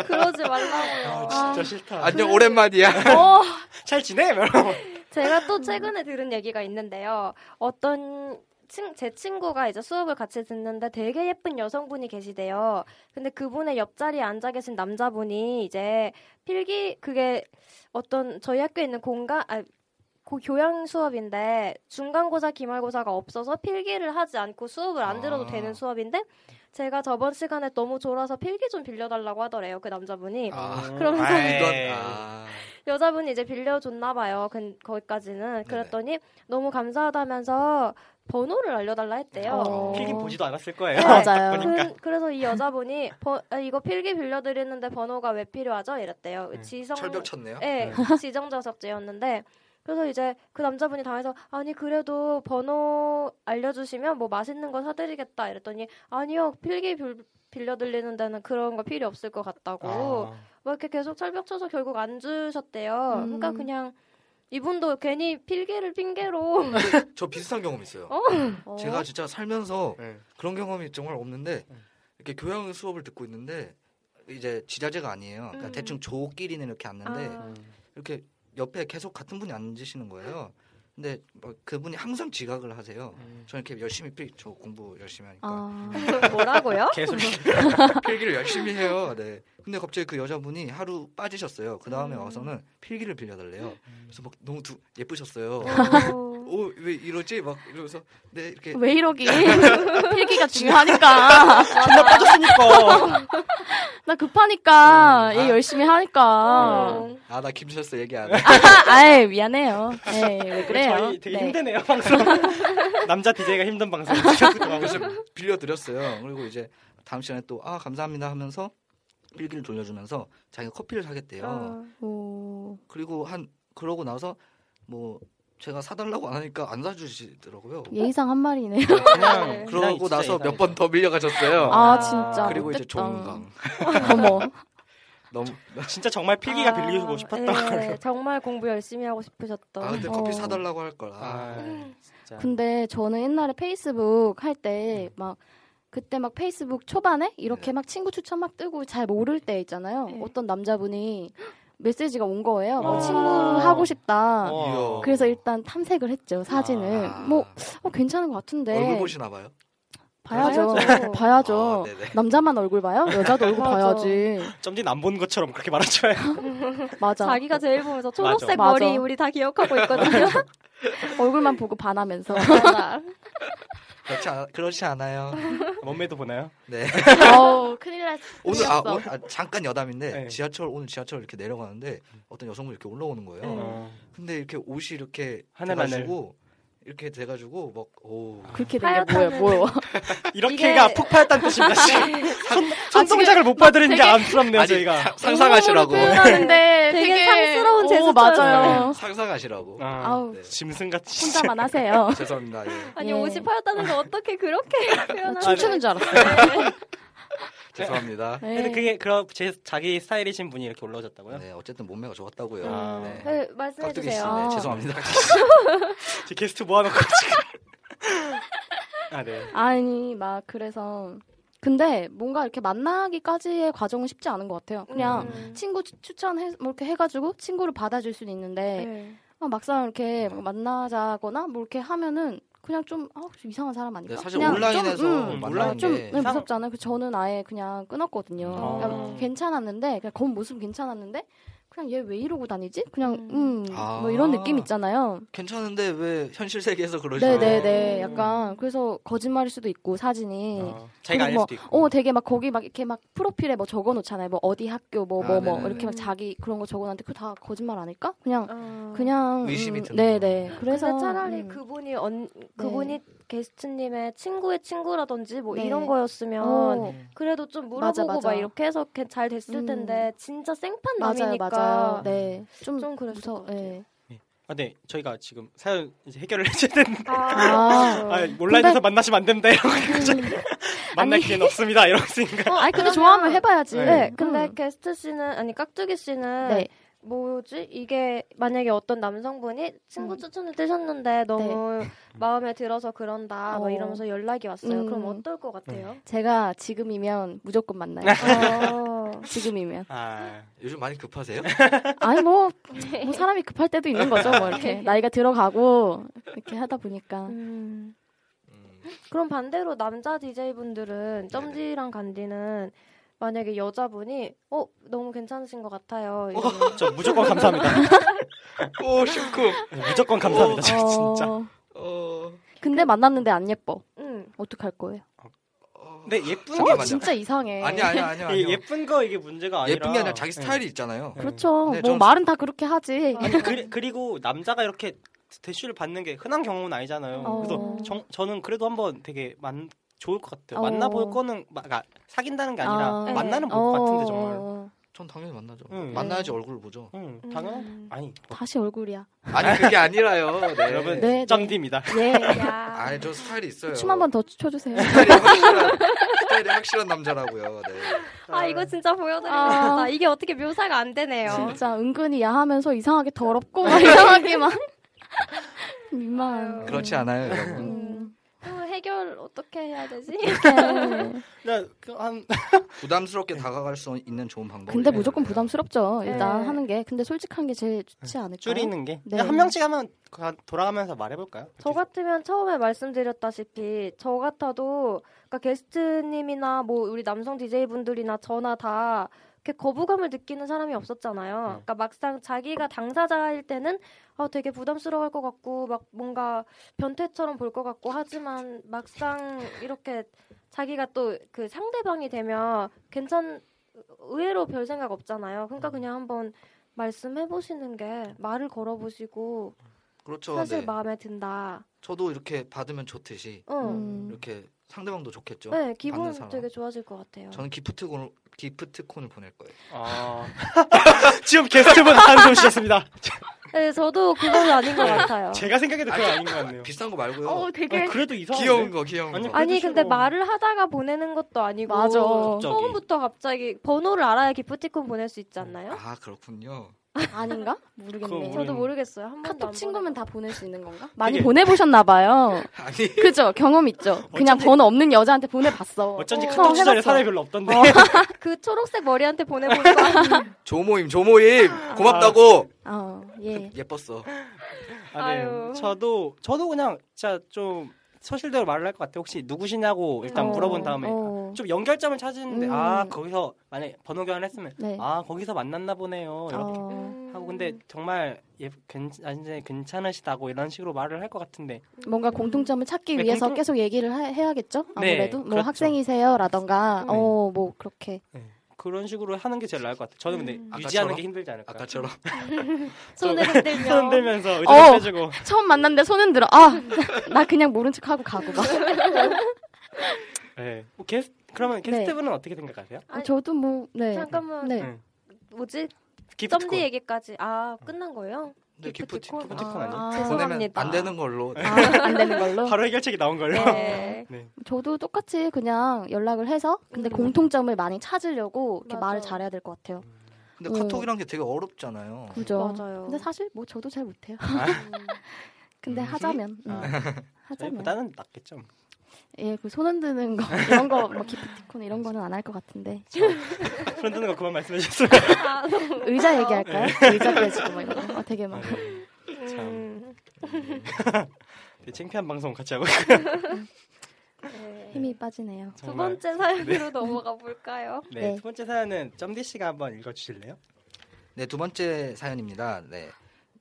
그러지 말라고요. 아, 진짜 싫다. [laughs] 안녕 [laughs] 오랜만이야. 어, 잘 지내? 이러고. 제가 또 최근에 들은 얘기가 있는데요. 어떤 친, 제 친구가 이제 수업을 같이 듣는데 되게 예쁜 여성분이 계시대요. 근데 그분의 옆자리에 앉아 계신 남자분이 이제 필기 그게 어떤 저희 학교에 있는 공간 아 고, 교양 수업인데 중간고사 기말고사가 없어서 필기를 하지 않고 수업을 안 들어도 아. 되는 수업인데 제가 저번 시간에 너무 졸아서 필기 좀 빌려달라고 하더래요 그 남자분이 아, 그러면서 아이. 이건 아. 여자분이 이제 빌려줬나 봐요. 근 거기까지는 그랬더니 너무 감사하다면서 번호를 알려달라 했대요. 아, 어. 필기 보지도 않았을 거예요. 맞아요. 딱 그, 보니까. 래서이 여자분이 버- 아, 이거 필기 빌려드리는데 번호가 왜 필요하죠? 이랬대요. 음, 지성 철벽 쳤네요. 예, [laughs] 지정 좌석제였는데 그래서 이제 그 남자분이 당해서 아니 그래도 번호 알려주시면 뭐 맛있는 거 사드리겠다 이랬더니 아니요 필기 빌, 빌려 들리는 데는 그런 거 필요 없을 것 같다고 아, 막뭐 이렇게 계속 철벽 쳐서 결국 안 주셨대요. 음. 그러니까 그냥 이분도 괜히 필기를 핑계로 저 비슷한 경험 있어요. 어? 어. 제가 진짜 살면서 네. 그런 경험이 정말 없는데 음. 이렇게 교양 수업을 듣고 있는데 이제 지자제가 아니에요. 그러니까 음. 대충 조끼리는 이렇게 앉는데 음, 아. 이렇게 옆에 계속 같은 분이 앉으시는 거예요. 근데 뭐 그분이 항상 지각을 하세요. 음. 저는 이렇게 열심히 필, 저 공부 열심히 하니까 아, 뭐라고요? 계속 [laughs] 필기를 열심히 해요. 네. 근데 갑자기 그 여자분이 하루 빠지셨어요. 그 다음에 음. 와서는 필기를 빌려달래요. 음. 그래서 막 너무 두- 예쁘셨어요. 아. 오 왜 이러지? 막 이러면서 네 이렇게 왜 이러기? 필기가 중요하니까. 존나 빠졌으니까. [laughs] 나 급하니까 음, 얘 아. 열심히 하니까. 어. 아 나 김철수 얘기 [laughs] 안 해. 아, 아이 미안해요. 네, 왜 그래요? 저희 되게 네. 힘드네요 [laughs] 방송. 남자 DJ가 힘든 방송. 그래서 빌려드렸어요. 그리고 이제 다음 시간에 또 아 감사합니다 하면서 필기를 돌려주면서 자기가 커피를 사겠대요. 아. 어. 오, 그리고 한 그러고 나서 뭐 제가 사달라고 안 하니까 안 사주시더라고요. 예의상 한 말이네. 요 그냥 그러고 나서 몇 번 더 밀려가셨어요. 아 진짜. 그리고 이제 못됐다. 종강 [laughs] 어머. 너무 [laughs] 진짜 정말 아, 필기가 빌리고 싶었다. 네, 정말 공부 열심히 하고 싶으셨던. 아 근데 어. 커피 사달라고 할 걸. 아. 아, 진짜. 근데 저는 옛날에 페이스북 할 때 막 그때 막 페이스북 초반에 이렇게 네. 막 친구 추천 막 뜨고 잘 모를 때 있잖아요. 네. 어떤 남자분이 메시지가 온 거예요. 막 아. 어. 친구 하고 싶다. 어. 그래서 일단 탐색을 했죠 사진을. 아. 뭐 어, 괜찮은 것 같은데. 얼굴 보시나 봐요. [laughs] 봐야죠. 봐야죠. 봐야죠. 아, 네네. 남자만 얼굴 봐요? 여자도 얼굴 맞아. 봐야지. 점진 안 본 것처럼 그렇게 말하지 마요. [laughs] 맞아. 자기가 제일 보면서 초록색 맞아. 머리 맞아. 우리 다 기억하고 [laughs] 있거든요. 얼굴만 보고 [laughs] 반하면서. 그렇지 않, 그렇지 [laughs] 않아요. 몸매도 보나요? 네. 어우, 큰일 났어. 오늘 아, 생겼어. 오늘- 아, 잠깐 여담인데 네. 지하철 오늘 지하철 이렇게 내려가는데 어떤 여성분이 이렇게 올라오는 거예요. 음. 네. 어. 근데 이렇게 옷이 이렇게 하늘, 하늘. 돼가지고 이렇게 돼가지고 막오 그렇게 되게 뭐야, 뭐야. 이렇게가 이게- 폭파했다는 뜻입니다. [laughs] 지금. 아, 손 동작을 못 받으는 게 안쓰럽네요 아니, 저희가. 사- 상상하시라고 어, [laughs] 하는데 되게 어, 상스러운 오, 제스처예요. 맞아요. 상상하시라고. 아, 아우, 네. 짐승같이. 혼자만 하세요. 죄송합니다. 예. [laughs] 아니 예. 58였다는 거 어떻게 그렇게 아, 네. 표현하는 아, 춤추는 줄 알았어요. 죄송합니다. 네. 근데 그게 그런 제 자기 스타일이신 분이 이렇게 올라오셨다고요? 네, 어쨌든 몸매가 좋았다고요. 아. 네. 네, 말씀해 깍두기 씨, 주세요. 네, 죄송합니다. 제 게스트 [laughs] 모아놓고 지금. 아 네. 아니, 막, 그래서. 근데 뭔가 이렇게 만나기까지의 과정은 쉽지 않은 것 같아요. 그냥 음. 친구 추- 추천해, 뭐 이렇게 해가지고 친구를 받아줄 수는 있는데, 네. 아, 막상 음. 이렇게 막 만나자거나 뭐 이렇게 하면은 그냥 좀, 아, 좀 이상한 사람 아닌가? 네, 사실 그냥 온라인에서 좀, 음, 만나는 좀 게 네, 무섭잖아요. 그 저는 아예 그냥 끊었거든요. 어. 그러니까 괜찮았는데 그냥 겉 모습 괜찮았는데 그냥 얘 왜 이러고 다니지? 그냥 음. 음, 아. 뭐 이런 느낌 있잖아요. 괜찮은데 왜 현실 세계에서 그러죠? 네네네, 약간 그래서 거짓말일 수도 있고 사진이. 어, 자기가 아닐 뭐, 수도 있고. 어, 되게 막 거기 막 이렇게 막 프로필에 뭐 적어 놓잖아요. 뭐 어디 학교 뭐 아, 뭐 뭐 네네네. 이렇게 막 자기 그런 거 적어 놨는데 그거 다 거짓말 아닐까? 그냥 어. 그냥 의심이 음, 드는 네네. 그래서 근데 차라리 음. 그분이 언 그분이 게스트님의 친구의 친구라든지 뭐 이런 네. 거였으면 어, 그래도 좀 맞아, 물어보고 맞아. 막 이렇게 해서 개- 잘 됐을 음. 텐데 진짜 생판 맞아요, 남이니까 맞아요. 네. 좀, 좀 그랬을 무서, 것 같아요. 예. 아, 네. 저희가 지금 사연 이제 해결을 [laughs] 해줘야 되는데. 어. 아, 아, 온라인에서 만나시면 안 됩니다. 이러고 [laughs] 만날 음. 아니. 기회는 없습니다. 이러고 있으니까. 아니, 근데 그러면- 좋아하면 해봐야지. 네. 네, 근데 음. 게스트 씨는 아니 깍두기 씨는 네. 뭐지 이게 만약에 어떤 남성분이 친구 음. 추천을 뜨셨는데 너무 마음에 들어서 그런다 막 어. 이러면서 연락이 왔어요. 음. 그럼 어떨 것 같아요? 제가 지금이면 무조건 네. 만나요. 네. [laughs] 어, 지금이면. 아, 요즘 많이 [laughs] 급하세요? 아니 뭐, 뭐 사람이 급할 때도 있는 거죠. 뭐 이렇게 나이가 들어가고 이렇게 하다 [laughs] 보니까. 음. 음, 그럼 반대로 남자 DJ 분들은 점지랑 간디는 만약에 여자분이 어 너무 괜찮으신 것 [laughs] 같아요. 이러면 저 무조건 [laughs] 감사합니다. 네, 오 쇼크. 무조건 감사합니다. 저 진짜. 어, 어. 근데 만났는데 안 예뻐. 음. 어떡할 거예요? 어. 근데 예쁜 게 어, 맞아. 진짜 이상해. 아니 아니 아니 예, 아니. 예쁜 거 이게 문제가 아니라 예쁜 게 아니라 자기 예. 스타일이 있잖아요. 예. 그렇죠. 네, 뭐 전- 말은 다 그렇게 하지. 아니, 그리, 그리고 남자가 이렇게 대쉬를 받는 게 흔한 경우는 아니잖아요. 어. 그래서 정- 저는 그래도 한번 되게 만, 좋을 것 같아요. 어. 만나볼 거는 마- 그러니까 사귄다는 게 아니라 아, 네. 만나는 볼 어, 것 같은데 정말. 전 당연히 만나죠. 음, 예. 응. 만나야지 얼굴 보죠. 응, 음. 당연. 아니 다시 얼굴이야. 아니 그게 아니라요. 네. 여러분 네, 네. 짱디입니다. 예. 야. [laughs] 아니 저 스타일이 있어요. 춤 한 번 더 춰주세요. 스타일이 확실한- 스타일의 확실한 남자라고요. 네. 아 이거 진짜 보여드리고 싶다. 아. 이게 어떻게 묘사가 안 되네요. 진짜 은근히 야하면서 이상하게 더럽고 막 이상하게 막 민망한. 아유. 그렇지 않아요, 여러분. 음. 또 어, 해결 어떻게 해야 되지? [laughs] 이렇게. 네, 그 한 부담스럽게 다가갈 수 있는 좋은 방법. 근데 무조건 부담스럽죠. 일단 네. 하는 게. 근데 솔직한 게 제일 좋지 않을까? 줄이는 게. 네. 그냥 한 명씩 하면 가- 돌아가면서 말해볼까요? 저 같으면 처음에 말씀드렸다시피 저 같아도 그러니까 게스트님이나 뭐 우리 남성 DJ 분들이나 저나 다 이렇게 거부감을 느끼는 사람이 없었잖아요. 그러니까 막상 자기가 당사자일 때는 아 되게 부담스러울 것 같고 막 뭔가 변태처럼 볼 것 같고 하지만 막상 이렇게 자기가 또 그 상대방이 되면 괜찮 의외로 별 생각 없잖아요. 그러니까 그냥 한번 말씀해 보시는 게 말을 걸어 보시고 그렇죠. 사실 네. 마음에 든다. 저도 이렇게 받으면 좋듯이 어. 음. 이렇게 상대방도 좋겠죠. 네, 기분 받는 사람. 되게 좋아질 것 같아요. 저는 기프트콘을 기프트콘을 보낼 거예요. 아. [laughs] 지금 게스트분 한숨 쉬셨습니다. 네, 저도 그건 아닌 것 같아요. [laughs] 제가 생각해도 그건 아닌 것 같네요. 비싼 거 말고요. 어, 되게 아, 그래도 이상한데? 귀여운 거, 귀여운 거. 아니, 네. 아니 해주시고. 근데 말을 하다가 보내는 것도 아니고 맞아. 갑자기. 음. 처음부터 갑자기 번호를 알아야 기프티콘 보낼 수 있지 않나요? 아 그렇군요. [laughs] 아닌가? 그거 모르겠네. 모르- 저도 모르겠어요. 한 번도 카톡 안 친구면 보내봤어요. 다 보낼 수 있는 건가? 많이 되게- 보내보셨나 봐요. 아니 그죠? 경험 있죠. 그냥 번호 없는 여자한테 보내봤어. 어쩐지 어, 카톡 해봤어. 시절에 사람이 별로 없던데. 그 초록색 머리한테 보내본 거. 조모임, 조모임 아, 고맙다고. [laughs] 어, 네. 음. 예. 예뻤어. 아, 네. 아유. 저도 저도 그냥 진짜 좀 서실대로 말을 할 것 같아요. 혹시 누구시냐고 일단 어, 물어본 다음에 어. 좀 연결점을 찾으는데 음. 아 거기서 만약 번호 교환했으면 네. 아 거기서 만났나 보네요. 이렇게 어, 하고 음. 근데 정말 예, 괜찮, 괜찮으시다고 이런 식으로 말을 할 것 같은데 뭔가 공통점을 찾기 네, 위해서 공통- 계속 얘기를 하- 해야겠죠? 아무래도 뭐 그렇죠. 학생이세요라던가 네. 어, 뭐 그렇게. 그런 식으로 하는 게 제일 나을 것 같아요. 저는 근데 음. 유지하는 아까처럼? 게 힘들지 않을까. 아까처럼 손을 흔들며. [laughs] 손 들면서 어. 의자 빼주고 처음 만났는데 손은 들어. 아, [laughs] 나 그냥 모른 척하고 가고 막. 네. 뭐 게스, 그러면 네. 게스트분은 어떻게 생각하세요? [laughs] 아니, 저도 뭐 네. 잠깐만. 네. 응. 뭐지? 기프트콘. 어. 점디 얘기까지. 아 끝난 거예요? 근데 기프티콘? 기프티콘, 기프티콘 아니에요? 아, 보내면 죄송합니다. 안 되는 걸로. 네. 아, 안 되는 걸로. 바로 해결책이 나온 걸로. [laughs] 네. 저도 똑같이 그냥 연락을 해서 근데 음. 공통점을 많이 찾으려고 이렇게 맞아. 말을 잘해야 될 것 같아요. 음. 근데 어. 카톡이란 게 되게 어렵잖아요. [laughs] 그죠? 맞아요. 근데 사실 뭐 저도 잘 못해요. [laughs] 근데 음. 하자면 음. 아. 하자면 저희보다는 낫겠죠. 예, 그 손 흔드는 거 이런 거 뭐 기프티콘 [laughs] 이런 거는 안 할 것 같은데 손 드는 거 그만 말씀해 [laughs] 주셨어요. 아, 너무 의자 웃겨. 네. 얘기할까요? 의자 빼지고 뭐 이런 거 아, 되게 막 음. 되게 네, 창피한 방송 같이 하고 네. 힘이 빠지네요. 두 정말. 번째 사연으로 [laughs] 넘어가 볼까요? 네, 네. 두 번째 사연은 점디 씨가 한번 읽어 주실래요? 네, 두 번째 사연입니다. 네.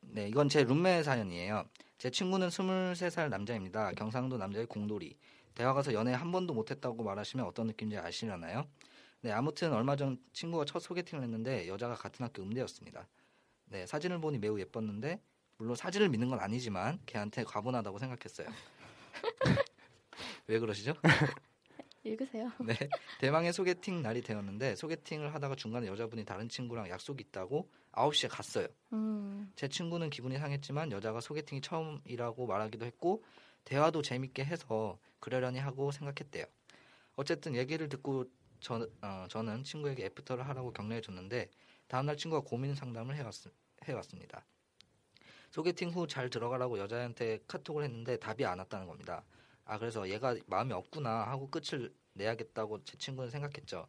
네, 이건 제 룸메 사연이에요. 제 친구는 23살 남자입니다. 경상도 남자의 공돌이. 대화 가서 연애 한 번도 못 했다고 말하시면 어떤 느낌인지 아시려나요? 네, 아무튼 얼마 전 친구가 첫 소개팅을 했는데 여자가 같은 학교 음대였습니다. 네, 사진을 보니 매우 예뻤는데 물론 사진을 믿는 건 아니지만 걔한테 과분하다고 생각했어요. [laughs] 왜 그러시죠? 읽으세요. 네. 대망의 소개팅 날이 되었는데 소개팅을 하다가 중간에 여자분이 다른 친구랑 약속이 있다고 9시에 갔어요. 음. 제 친구는 기분이 상했지만 여자가 소개팅이 처음이라고 말하기도 했고 대화도 재밌게 해서 그러려니 하고 생각했대요. 어쨌든 얘기를 듣고 저, 어, 저는 친구에게 애프터를 하라고 격려해 줬는데 다음날 친구가 고민 상담을 해왔, 해왔습니다. 소개팅 후 잘 들어가라고 여자한테 카톡을 했는데 답이 안 왔다는 겁니다. 아 그래서 얘가 마음이 없구나 하고 끝을 내야겠다고 제 친구는 생각했죠.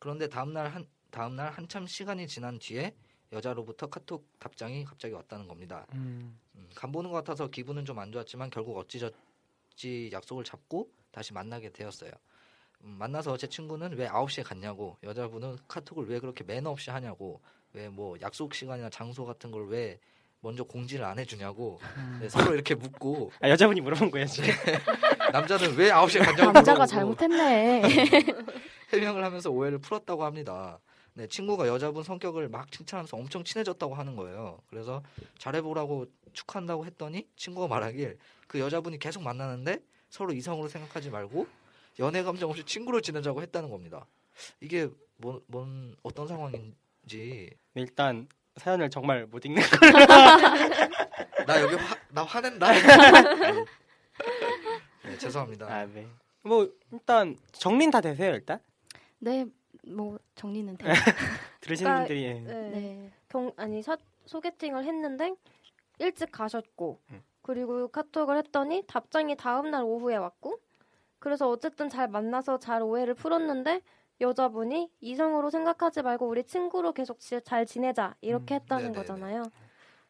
그런데 다음날 한 다음날 한참 시간이 지난 뒤에 여자로부터 카톡 답장이 갑자기 왔다는 겁니다. 음, 간 보는 것 같아서 기분은 좀 안 좋았지만 결국 어찌저찌 약속을 잡고 다시 만나게 되었어요. 음, 만나서 제 친구는 왜 9시에 갔냐고 여자분은 카톡을 왜 그렇게 매너 없이 하냐고 왜 뭐 약속 시간이나 장소 같은 걸 왜 먼저 공지를 안 해주냐고 네, 서로 이렇게 묻고 아, 여자분이 물어본 거예요, 지금. 네. 남자는 왜 9시에 갔냐고 남자가 물어보고 잘못했네. [laughs] 해명을 하면서 오해를 풀었다고 합니다. 네, 친구가 여자분 성격을 막 칭찬하면서 엄청 친해졌다고 하는 거예요. 그래서 잘해보라고 축한다고 했더니 친구가 말하길 그 여자분이 계속 만나는데 서로 이성으로 생각하지 말고 연애 감정 없이 친구로 지내자고 했다는 겁니다. 이게 뭔, 뭔 어떤 상황인지 네, 일단 사연을 정말 못 읽는 거. 나 여기 화, 나 화낸다. 네, 죄송합니다. 네. 뭐 일단 정리는 다 되세요 일단 네, 뭐 정리는 돼요. 그러니까- 들으시는 분들이 예. 네. 네. 경 아니 사- 소개팅을 했는데 일찍 가셨고 음. 그리고 카톡을 했더니 답장이 다음 날 오후에 왔고 그래서 어쨌든 잘 만나서 잘 오해를 풀었는데 여자분이 이성으로 생각하지 말고 우리 친구로 계속 지- 잘 지내자 이렇게 음, 했다는 네네네. 거잖아요.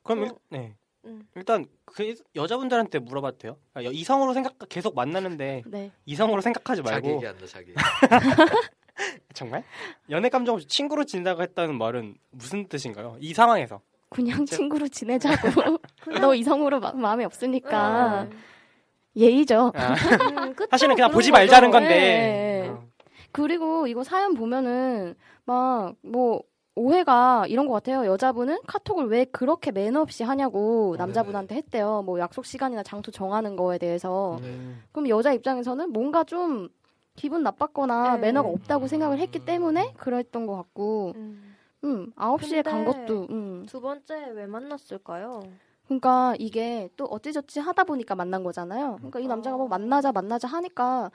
그럼 그- 일, 네. 음. 일단 그 여자분들한테 물어봐도 돼요 아, 여- 이성으로 생각 계속 만나는데 네. 이성으로 생각하지 자기 말고 얘기한다 자기. 정말 연애 감정 없이 친구로 지낸다고 했다는 말은 무슨 뜻인가요 이 상황에서 그냥 저- 친구로 [laughs] 지내자고. 너 이성으로 마, 마음이 없으니까 음. 예의죠. 아, 음, 끝으로 사실은 그냥 그런 보지 거죠. 말자는 네. 건데 네. 어. 그리고 이거 사연 보면은 막 뭐 오해가 이런 것 같아요. 여자분은 카톡을 왜 그렇게 매너 없이 하냐고 어, 남자분한테 했대요. 뭐 약속 시간이나 장소 정하는 거에 대해서. 음. 그럼 여자 입장에서는 뭔가 좀 기분 나빴거나 네. 매너가 없다고 생각을 했기 음. 때문에 그랬던 것 같고. 음. 음, 9시에 간 근데- 것도 음. 두 번째 왜 만났을까요? 그러니까 이게 또 어찌저찌 하다 보니까 만난 거잖아요. 그러니까 이 남자가 뭐 어. 만나자 만나자 하니까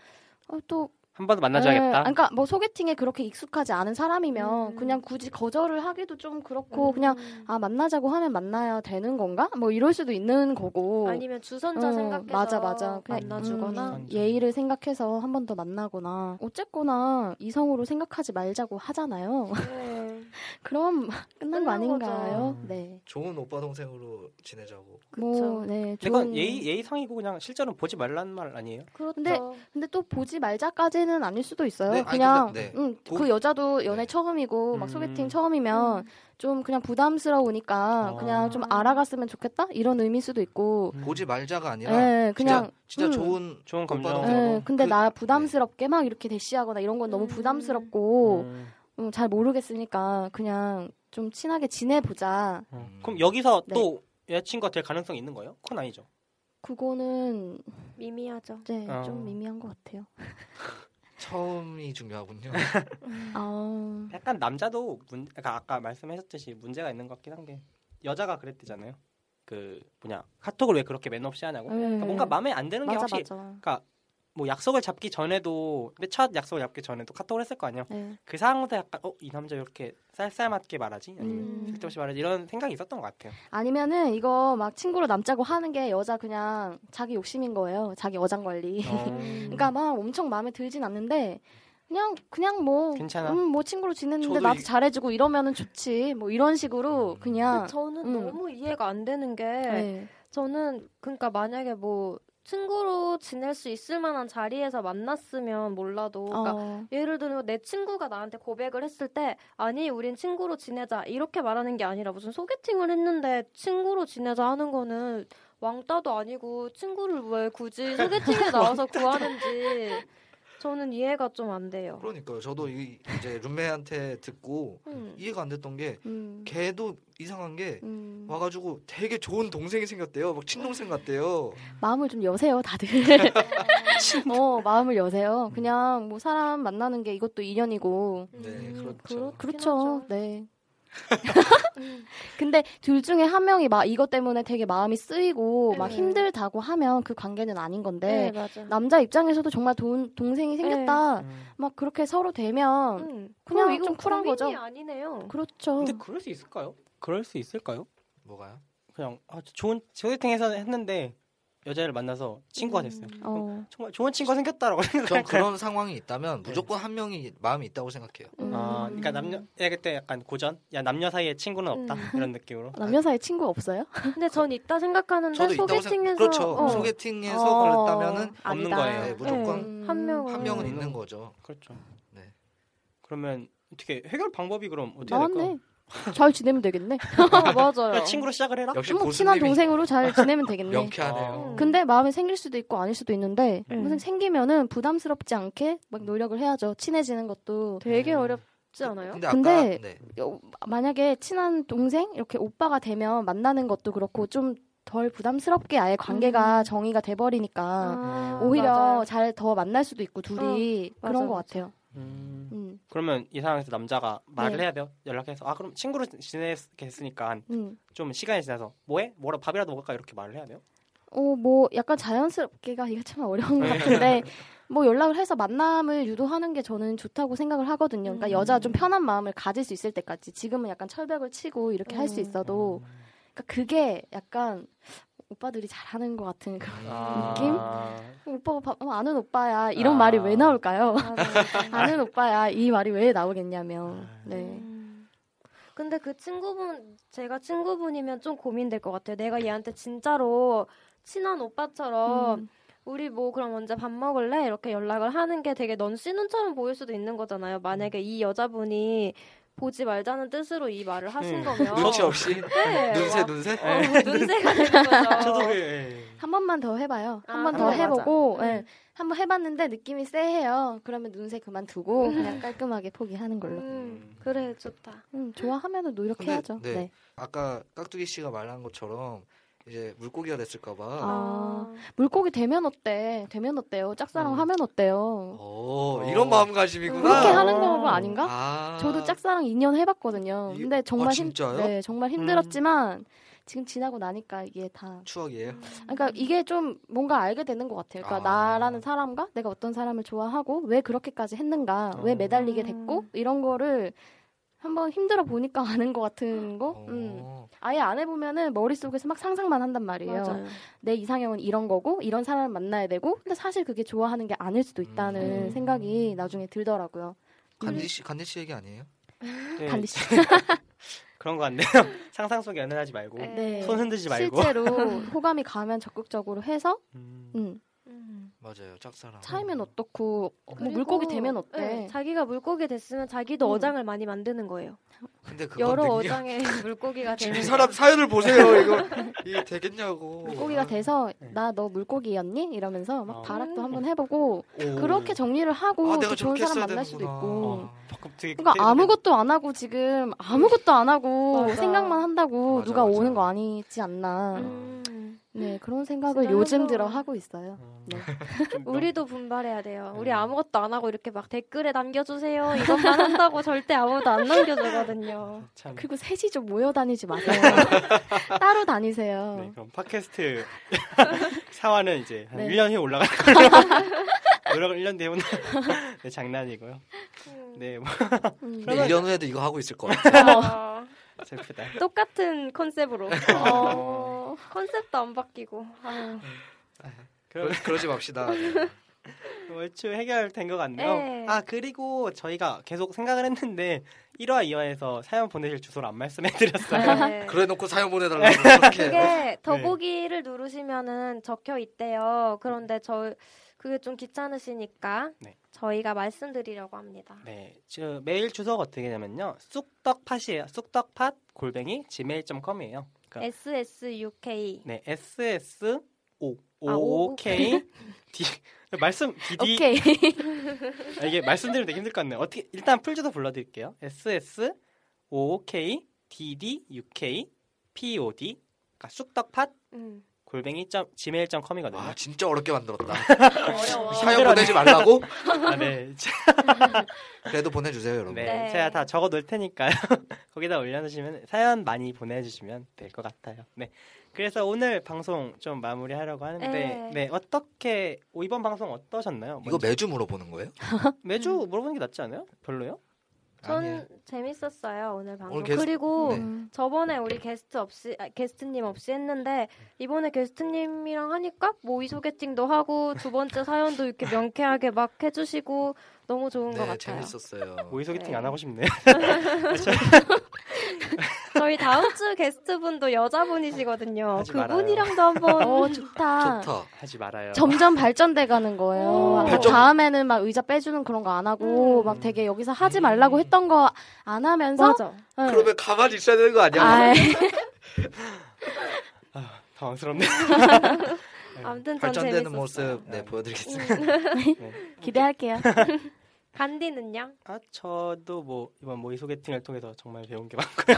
어, 또 한 번 예, 만나줘야겠다 아니, 그러니까 뭐 소개팅에 그렇게 익숙하지 않은 사람이면 음. 그냥 굳이 거절을 하기도 좀 그렇고 음. 그냥 아 만나자고 하면 만나야 되는 건가? 뭐 이럴 수도 있는 거고. 아니면 주선자 어, 생각해서 맞아 맞아 그냥 만나주거나 음, 예의를 생각해서 한 번 더 만나거나 어쨌거나 이성으로 생각하지 말자고 하잖아요. [laughs] 네. 그럼 끝난 끝난 거 거죠. 아닌가요? 네. 좋은 오빠 동생으로 지내자고. 뭐, 네. 근데 그건 좋은- 예의 예의상이고 그냥 실제로는 보지 말라는 말 아니에요 그렇죠. 근데 근데 또 보지 말자까지는 아닐 수도 있어요. 네, 아니, 그냥 근데- 네. 음, 보- 그 여자도 연애 네. 처음이고 음. 막 소개팅 처음이면 좀 그냥 부담스러우니까 아. 그냥 좀 알아갔으면 좋겠다 이런 의미일 수도 있고 보지 말자가 예 음. 아니라 그냥 진짜, 진짜 음. 좋은 좋은 오빠 감정 동생으로. 예, 근데 그- 나 부담스럽게 막 이렇게 대시하거나 이런 건 너무 음. 부담스럽고 음. 음, 잘 모르겠으니까 그냥 좀 친하게 지내보자 어. 음. 그럼 여기서 네. 또 여자친구가 될 가능성이 있는 거예요? 그건 아니죠. 그거는 미미하죠. 네, 아. 어. 좀 미미한 것 같아요 처음이 네. 중요하군요. 아, 약간 남자도 문, 그러니까 아까, 아까 말씀하셨듯이 문제가 있는 것 같긴 한 게 여자가 그랬대잖아요. 그 뭐냐 카톡을 왜 그렇게 매너 없이 하냐고. 예. 그러니까 뭔가 마음에 안 드는 게 맞아 혹시 맞아 뭐 약속을 잡기 전에도 근데 첫 약속을 잡기 전에도 카톡을 했을 거 아니에요. 네. 그 상황도 약간 어 이 남자 이렇게 쌀쌀맞게 말하지 아니면 음. 쓸데없이 말하지 이런 생각이 있었던 것 같아요. 아니면은 이거 막 친구로 남자고 하는 게 여자 그냥 자기 욕심인 거예요 자기 어장 관리 [laughs] 그러니까 막 엄청 마음에 들진 않는데 그냥 그냥 뭐 괜찮아. 음, 뭐 친구로 지냈는데 저도 나도 이- 잘해주고 이러면은 좋지 뭐 이런 식으로 그냥 저는 음. 너무 이해가 안 되는 게 네. 저는 그러니까 만약에 뭐 친구로 지낼 수 있을 만한 자리에서 만났으면 몰라도 그러니까 어, 예를 들면 내 친구가 나한테 고백을 했을 때 아니 우린 친구로 지내자 이렇게 말하는 게 아니라 무슨 소개팅을 했는데 친구로 지내자 하는 거는 왕따도 아니고 친구를 왜 [laughs] 굳이 소개팅에 나와서 구하는지 저는 이해가 좀 안 돼요. [laughs] 그러니까요. 저도 이, 이제 룸메한테 듣고 음. 이해가 안 됐던 게 음, 걔도 이상한 게 음. 어? 와가지고 되게 좋은 동생이 생겼대요. 막 친동생 같대요. 마음을 좀 여세요 다들 어 마음을 여세요 그냥 뭐 사람 만나는 게 이것도 인연이고 네, 그렇죠. 음, 그렇, 그렇죠 네 음. 근데 둘 중에 한 명이 막 이것 때문에 되게 마음이 쓰이고 막 네. 힘들다고 하면 그 관계는 아닌 건데 네, 맞아. 남자 입장에서도 정말 돈, 동생이 생겼다. 음. 막 그렇게 서로 되면 음. 그냥 그럼 이건 좀 쿨한 고민이 거죠. 아니네요. 그렇죠. 근데 그럴 수 있을까요? 그럴 수 있을까요? 뭐가요? 그냥 아, 저 좋은 소개팅에서 했는데 여자를 만나서 친구가 됐어요. 음. 어. 정말 좋은 친구가 생겼다라고 [laughs] 전 생각할까요? 그런 상황이 네. 있다면 무조건 한 명이 마음이 있다고 생각해요. 음. 아, 그러니까 남녀 예, 그때 약간 고전, 야 남녀 사이에 친구는 없다 음. 이런 느낌으로. 남녀 사이 친구 없어요? 아, 근데 전 있다 생각하는데 저도 있다고 생각. 소개팅에서 그렇죠. 어. 소개팅에서 어, 그랬다면은 없는 아니다. 거예요. 네, 무조건 음. 한 명은 한 명은 음. 있는 거죠. 그렇죠. 네. 그러면 어떻게 해결 방법이 그럼 어떻게 아, 될까? 아, 나왔네. 잘 지내면 되겠네. 아, 맞아요. 그냥 친구로 시작을 해라. 역시 뭐 친한 고수님이 동생으로 잘 지내면 되겠네. 명쾌하네요. 음. 근데 마음이 생길 수도 있고 아닐 수도 있는데 네. 무슨 생기면은 부담스럽지 않게 막 노력을 해야죠. 친해지는 것도 되게 어렵지 않아요? 근데 아까 근데- 네. 어, 만약에 친한 동생 이렇게 오빠가 되면 만나는 것도 그렇고 좀 덜 부담스럽게 아예 관계가 음. 정의가 돼버리니까 아, 오히려 맞아요. 잘 더 만날 수도 있고 둘이 어, 그런 맞아, 것 맞아. 같아요. 음. 음, 그러면 이 상황에서 남자가 말을 네. 해야 돼요. 연락해서 아 그럼 친구로 지냈겠으니까 음. 좀 시간이 지나서 뭐해? 뭐라 밥이라도 먹을까 이렇게 말을 해야 돼요. 어, 뭐 약간 자연스럽게가 이게 참 어려운 것 같은데 뭐 연락을 해서 만남을 유도하는 게 저는 좋다고 생각을 하거든요. 그러니까 음. 여자 좀 편한 마음을 가질 수 있을 때까지 지금은 약간 철벽을 치고 이렇게 할 수 음. 있어도 그러니까 그게 약간 오빠들이 잘하는 것 같은 그런 오빠 오빠 어, 아는 오빠야 이런 아. 말이 왜 [laughs] 나올까요? 아, 아는 오빠야 이 말이 왜 나오겠냐면 네. 음. 근데 그 친구분 제가 친구분이면 좀 고민될 것 같아요. 내가 얘한테 진짜로 친한 오빠처럼 음. 우리 뭐 그럼 언제 밥 먹을래? 이렇게 연락을 하는 게 되게 넌 씨눈처럼 보일 수도 있는 거잖아요. 만약에 이 여자분이 보지 말자는 뜻으로 이 말을 하신 음. 거면 눈치 없이 네. 눈새 와, 눈새. 어, [laughs] 눈새가 되는 거죠. [laughs] 저도 어, 그 한 번만 더 해봐요. 아, 한 번 더 한번 해보고 맞아. 예. 음. 한 번 해봤는데 느낌이 쎄해요. 그러면 눈새 그만두고 그냥 깔끔하게 포기하는 걸로. 음, 그래 좋다. 음, 좋아하면은 노력해야죠. 근데, 네. 네. 아까 깍두기 씨가 말한 것처럼 이제 물고기가 됐을까 봐. 아. 물고기 되면 어때? 되면 어때요? 짝사랑 음. 하면 어때요? 오, 어. 이런 마음가짐이구나. 그렇게 하- 하는 경우가 아닌가? 아. 저도 짝사랑 2년 해봤거든요. 이- 근데 정말 아, 힘, 진짜요? 네, 정말 힘들었지만 지금 지나고 나니까 이게 다. 추억이에요. 그러니까 이게 좀 뭔가 알게 되는 것 같아요. 그러니까 아. 나라는 사람과 내가 어떤 사람을 좋아하고 왜 그렇게까지 했는가, 왜 어. 매달리게 됐고 이런 거를 한번 힘들어 보니까 [laughs] 아는 것 같은 거. 음. 어. 아예 안 해보면은 머릿속에서 막 상상만 한단 말이에요. 맞아요. 내 이상형은 이런 거고 이런 사람을 만나야 되고 근데 사실 그게 좋아하는 게 아닐 수도 있다는 음. 생각이 나중에 들더라고요. 음. 간디 씨 간디 씨 얘기 아니에요? 네, 반드시. [laughs] 그런 거 같네요. [laughs] 상상 속에 연연하지 말고 네. 손 흔들지 말고. 실제로 [laughs] 호감이 가면 적극적으로 해서 음. 음, 음. 맞아요. 짝사랑. 차이면 어떻고 어, 뭐 그리고, 물고기 되면 어때? 네, 자기가 물고기 됐으면 자기도 음. 어장을 많이 만드는 거예요. 근데 그건 여러 능력- 어장에 [laughs] 물고기가 지금 되는 [laughs] 이 사람 사연을 보세요. 이거 이게 되겠냐고. 물고기가 돼서 네. 나 너 물고기였니? 이러면서 막 어. 발악도 음. 한번 해보고 오. 그렇게 정리를 하고 아, 또 내가 좋은 저렇게 사람 했어야 만날 수도 되는구나. 있고 어. 벅- 되게 그러니까 되게 아무것도 안 하고 지금 아무것도 안 하고 맞아. 생각만 한다고 맞아, 누가 맞아. 오는 거 아니지 않나 음. 네 그런 생각을 진짜 요즘 한번- 들어 하고 있어요. 음. 네. [laughs] 좀 명- 우리도 분발해야 돼요. 우리 음. 아무것도 안 하고 이렇게 막 댓글에 남겨주세요. 이것만 한다고 [laughs] 절대 아무도 안 남겨주거든요. 참. 그리고 셋이 좀 모여 다니지 마세요. 따로 다니세요. 네, 그럼 팟캐스트 [laughs] 사화는 이제 한 네. 1년 후에 올라갈 걸로 [laughs] 노력을 1년 뒤에 해본다. [laughs] 네, 장난이고요. 네, 뭐 음. 근데 1년 후에도 이거 하고 있을 거야. 아, 슬프다. [laughs] 네. 똑같은 컨셉으로. 어, 컨셉도 안 바뀌고. 아유. 그럼 [laughs] 그러지 맙시다. 얼추 뭐, 해결된 것 같네요. 네. 아 그리고 저희가 계속 생각을 했는데 1화 2화에서 사연 보내실 주소를 안 [laughs] 말씀해드렸어요. 네. 그래 놓고 사연 보내달라고 그렇게. 그게 더보기를 누르시면은 적혀 있대요. 그런데 저 그게 좀 귀찮으시니까 네. 저희가 말씀드리려고 합니다. 네, 저 메일 주소가 어떻게 되냐면요. 쑥떡팟이에요. 쑥떡팟 골뱅이 gmail.com이에요. 네. 그러니까 SSUK. 네, SS O 아, O K D 말씀 DD 오케이. [laughs] 아, 이게 말씀드리면 되게 힘들 것 같네요. 어떻게 일단 풀지도 불러드릴게요. SS OOK DD UK POD 그러니까 쑥떡팟 음. 골뱅이 점 gmail.com이거든요. 와 진짜 어렵게 만들었다. 어려워. 사연 보내지 말라고? 아, [laughs] 네. 자, 그래도 보내주세요 여러분. 네, 네. 제가 다 적어 놓을 테니까요. [laughs] 거기다 올려놓으시면 사연 많이 보내주시면 될 것 같아요. 네. 그래서 오늘 방송 좀 마무리하려고 하는데, 네. 네, 어떻게 오, 이번 방송 어떠셨나요? 이거 먼저- 매주 물어보는 거예요? 매주 물어보는 게 낫지 않아요? 별로요? 전 아니에요. 재밌었어요 오늘 방송. 오늘 게스- 그리고 네. 저번에 우리 게스트 없이 아, 게스트님 없이 했는데 이번에 게스트님이랑 하니까 모의 소개팅도 하고 두 번째 사연도 이렇게 명쾌하게 막 해주시고 너무 좋은 것 네 같아요. 재밌었어요. 모의 소개팅 네. 안 하고 싶네요. [laughs] 저희 다음 주 게스트분도 여자분이시거든요. 하지 말아요. 그분이랑도 한번 어 아, 좋다. 좋다. 하지 말아요. 점점 발전돼 가는 거예요. 오. 막 발전. 다음에는 막 의자 빼주는 그런 거 안 하고 음. 막 되게 여기서 하지 말라고 했던 거 안 하면서 맞아. 응. 그러면 가만히 있어야 되는 거 아니야? 예. 아이, 당황스럽네. 아무튼 전 발전되는 재밌었어요. 모습 네 보여드리겠습니다. 기대할게요. 간디는요? 아 저도 뭐 이번 모의 소개팅을 통해서 정말 배운 게 많고요.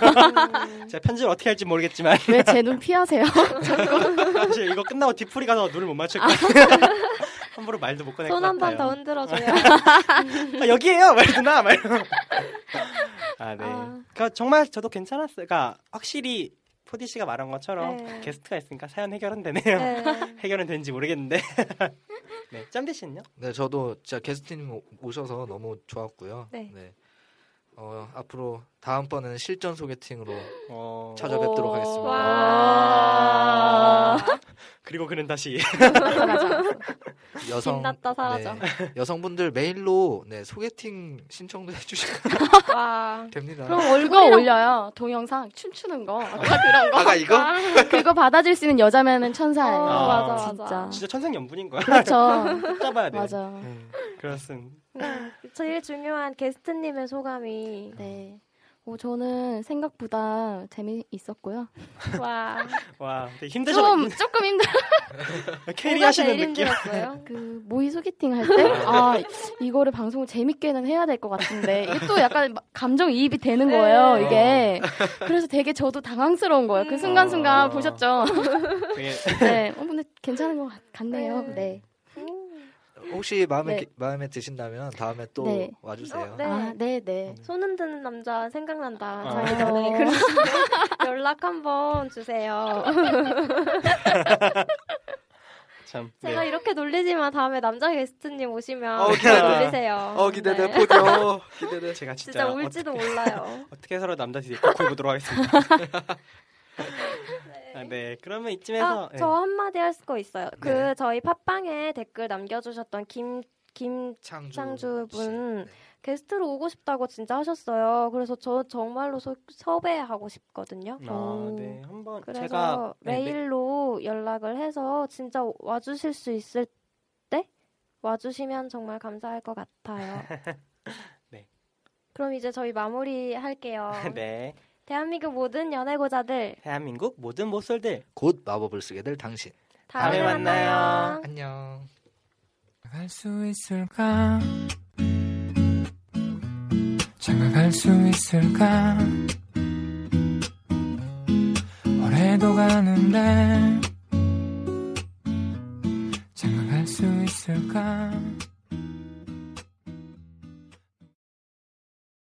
[laughs] 제가 편집을 어떻게 할지 모르겠지만 [laughs] 왜 제 눈 피하세요? 사실 이거 끝나고 뒤풀이 가서 눈을 못 맞출 거예요. [laughs] 함부로 말도 못 꺼낼 것 손 한 번 더 네, 같아요. 흔들어줘요. 아, 여기에요, 말 누나, 말. 아 네. 아. 그러니까 정말 저도 괜찮았어요. 그러니까 확실히 포디 씨가 말한 것처럼 네. 게스트가 있으니까 사연 해결은 되네요. 네. [laughs] 해결은 되는지 모르겠는데. [laughs] 네, 짬대 씨는요? 네, 저도 진짜 게스트님 오- 오셔서 너무 좋았고요. 네. 어, 앞으로 다음번에는 실전 소개팅으로 어... 찾아뵙도록 하겠습니다. 와. 그리고 그는 다시 [laughs] 여성 빛났다 사라져. 네, 여성분들 메일로 네, 소개팅 신청도 해주시면 [laughs] 와. 됩니다. [laughs] 그럼 얼굴 올려요. 동영상 춤추는 거. 아까 그런 거. 아까 이거? [laughs] 그거 받아줄 수 있는 여자면은 천사예요. 어, 아, 맞아 맞아. 진짜. 진짜 천생연분인 거야. [laughs] 그렇죠. 꼭 잡아야 돼. 맞아. 네. 음, 그렇습니다. 음, 제일 중요한 게스트님의 소감이 네. 오, 저는 생각보다 재미있었고요. 와. 와, 되게 힘드셨 좀, 조금 힘들, 뭐가 [laughs] 캐리하시는 제일 느낌. 힘들었어요? 그, 모의 소개팅 할 때, 아, 이거를 방송을 재밌게는 해야 될 것 같은데, 이게 또 약간 막 감정이입이 되는 거예요, 네. 이게. 그래서 되게 저도 당황스러운 거예요. 그 음. 순간순간 어. [laughs] 보셨죠? 되게 네. 어, 근데 괜찮은 것 같- 같네요. 네. 네. 혹시 마음에 네. 기- 마음에 드신다면 다음에 또 네. 와주세요. 어, 네. 아, 네, 네. 손 흔드는 남자 생각난다. 아. 자기 전에 어. 그러시 [laughs] 연락 한번 주세요. 네. 참. 제가 네. 이렇게 놀리지만 다음에 남자 게스트님 오시면 어, 제가 기대돼. 놀리세요. 어 기대돼 네. [laughs] 포죠 기대돼. 제가 진짜, 진짜 울지도 [laughs] 몰라요. 어떻게, 어떻게 서로 남자 뒤에 꼭 해보도록 하겠습니다. [laughs] 아, 네, 그러면 이쯤에서 아, 네. 저 한마디 할 거 있어요. 그 예. 네. 저희 팟빵에 댓글 남겨주셨던 김 김 창주 창주분. 씨. 네. 게스트로 오고 싶다고 진짜 하셨어요. 그래서 저 정말로 소, 섭외하고 싶거든요. 아, 네, 한번 그래서 제가 네, 네. 메일로 연락을 해서 진짜 와주실 수 있을 때 와주시면 정말 감사할 것 같아요. [laughs] 네. 그럼 이제 저희 마무리 할게요. [laughs] 네, 대한민국 모든 연애고자들 대한민국 모든 모쏠들 곧 마법을 쓰게 될 당신. 다음에, 다음에 만나요. 만나요. 안녕. 장악할 수 있을까? 장악할 수 있을까? 올해도 가는데 장악할 수 있을까?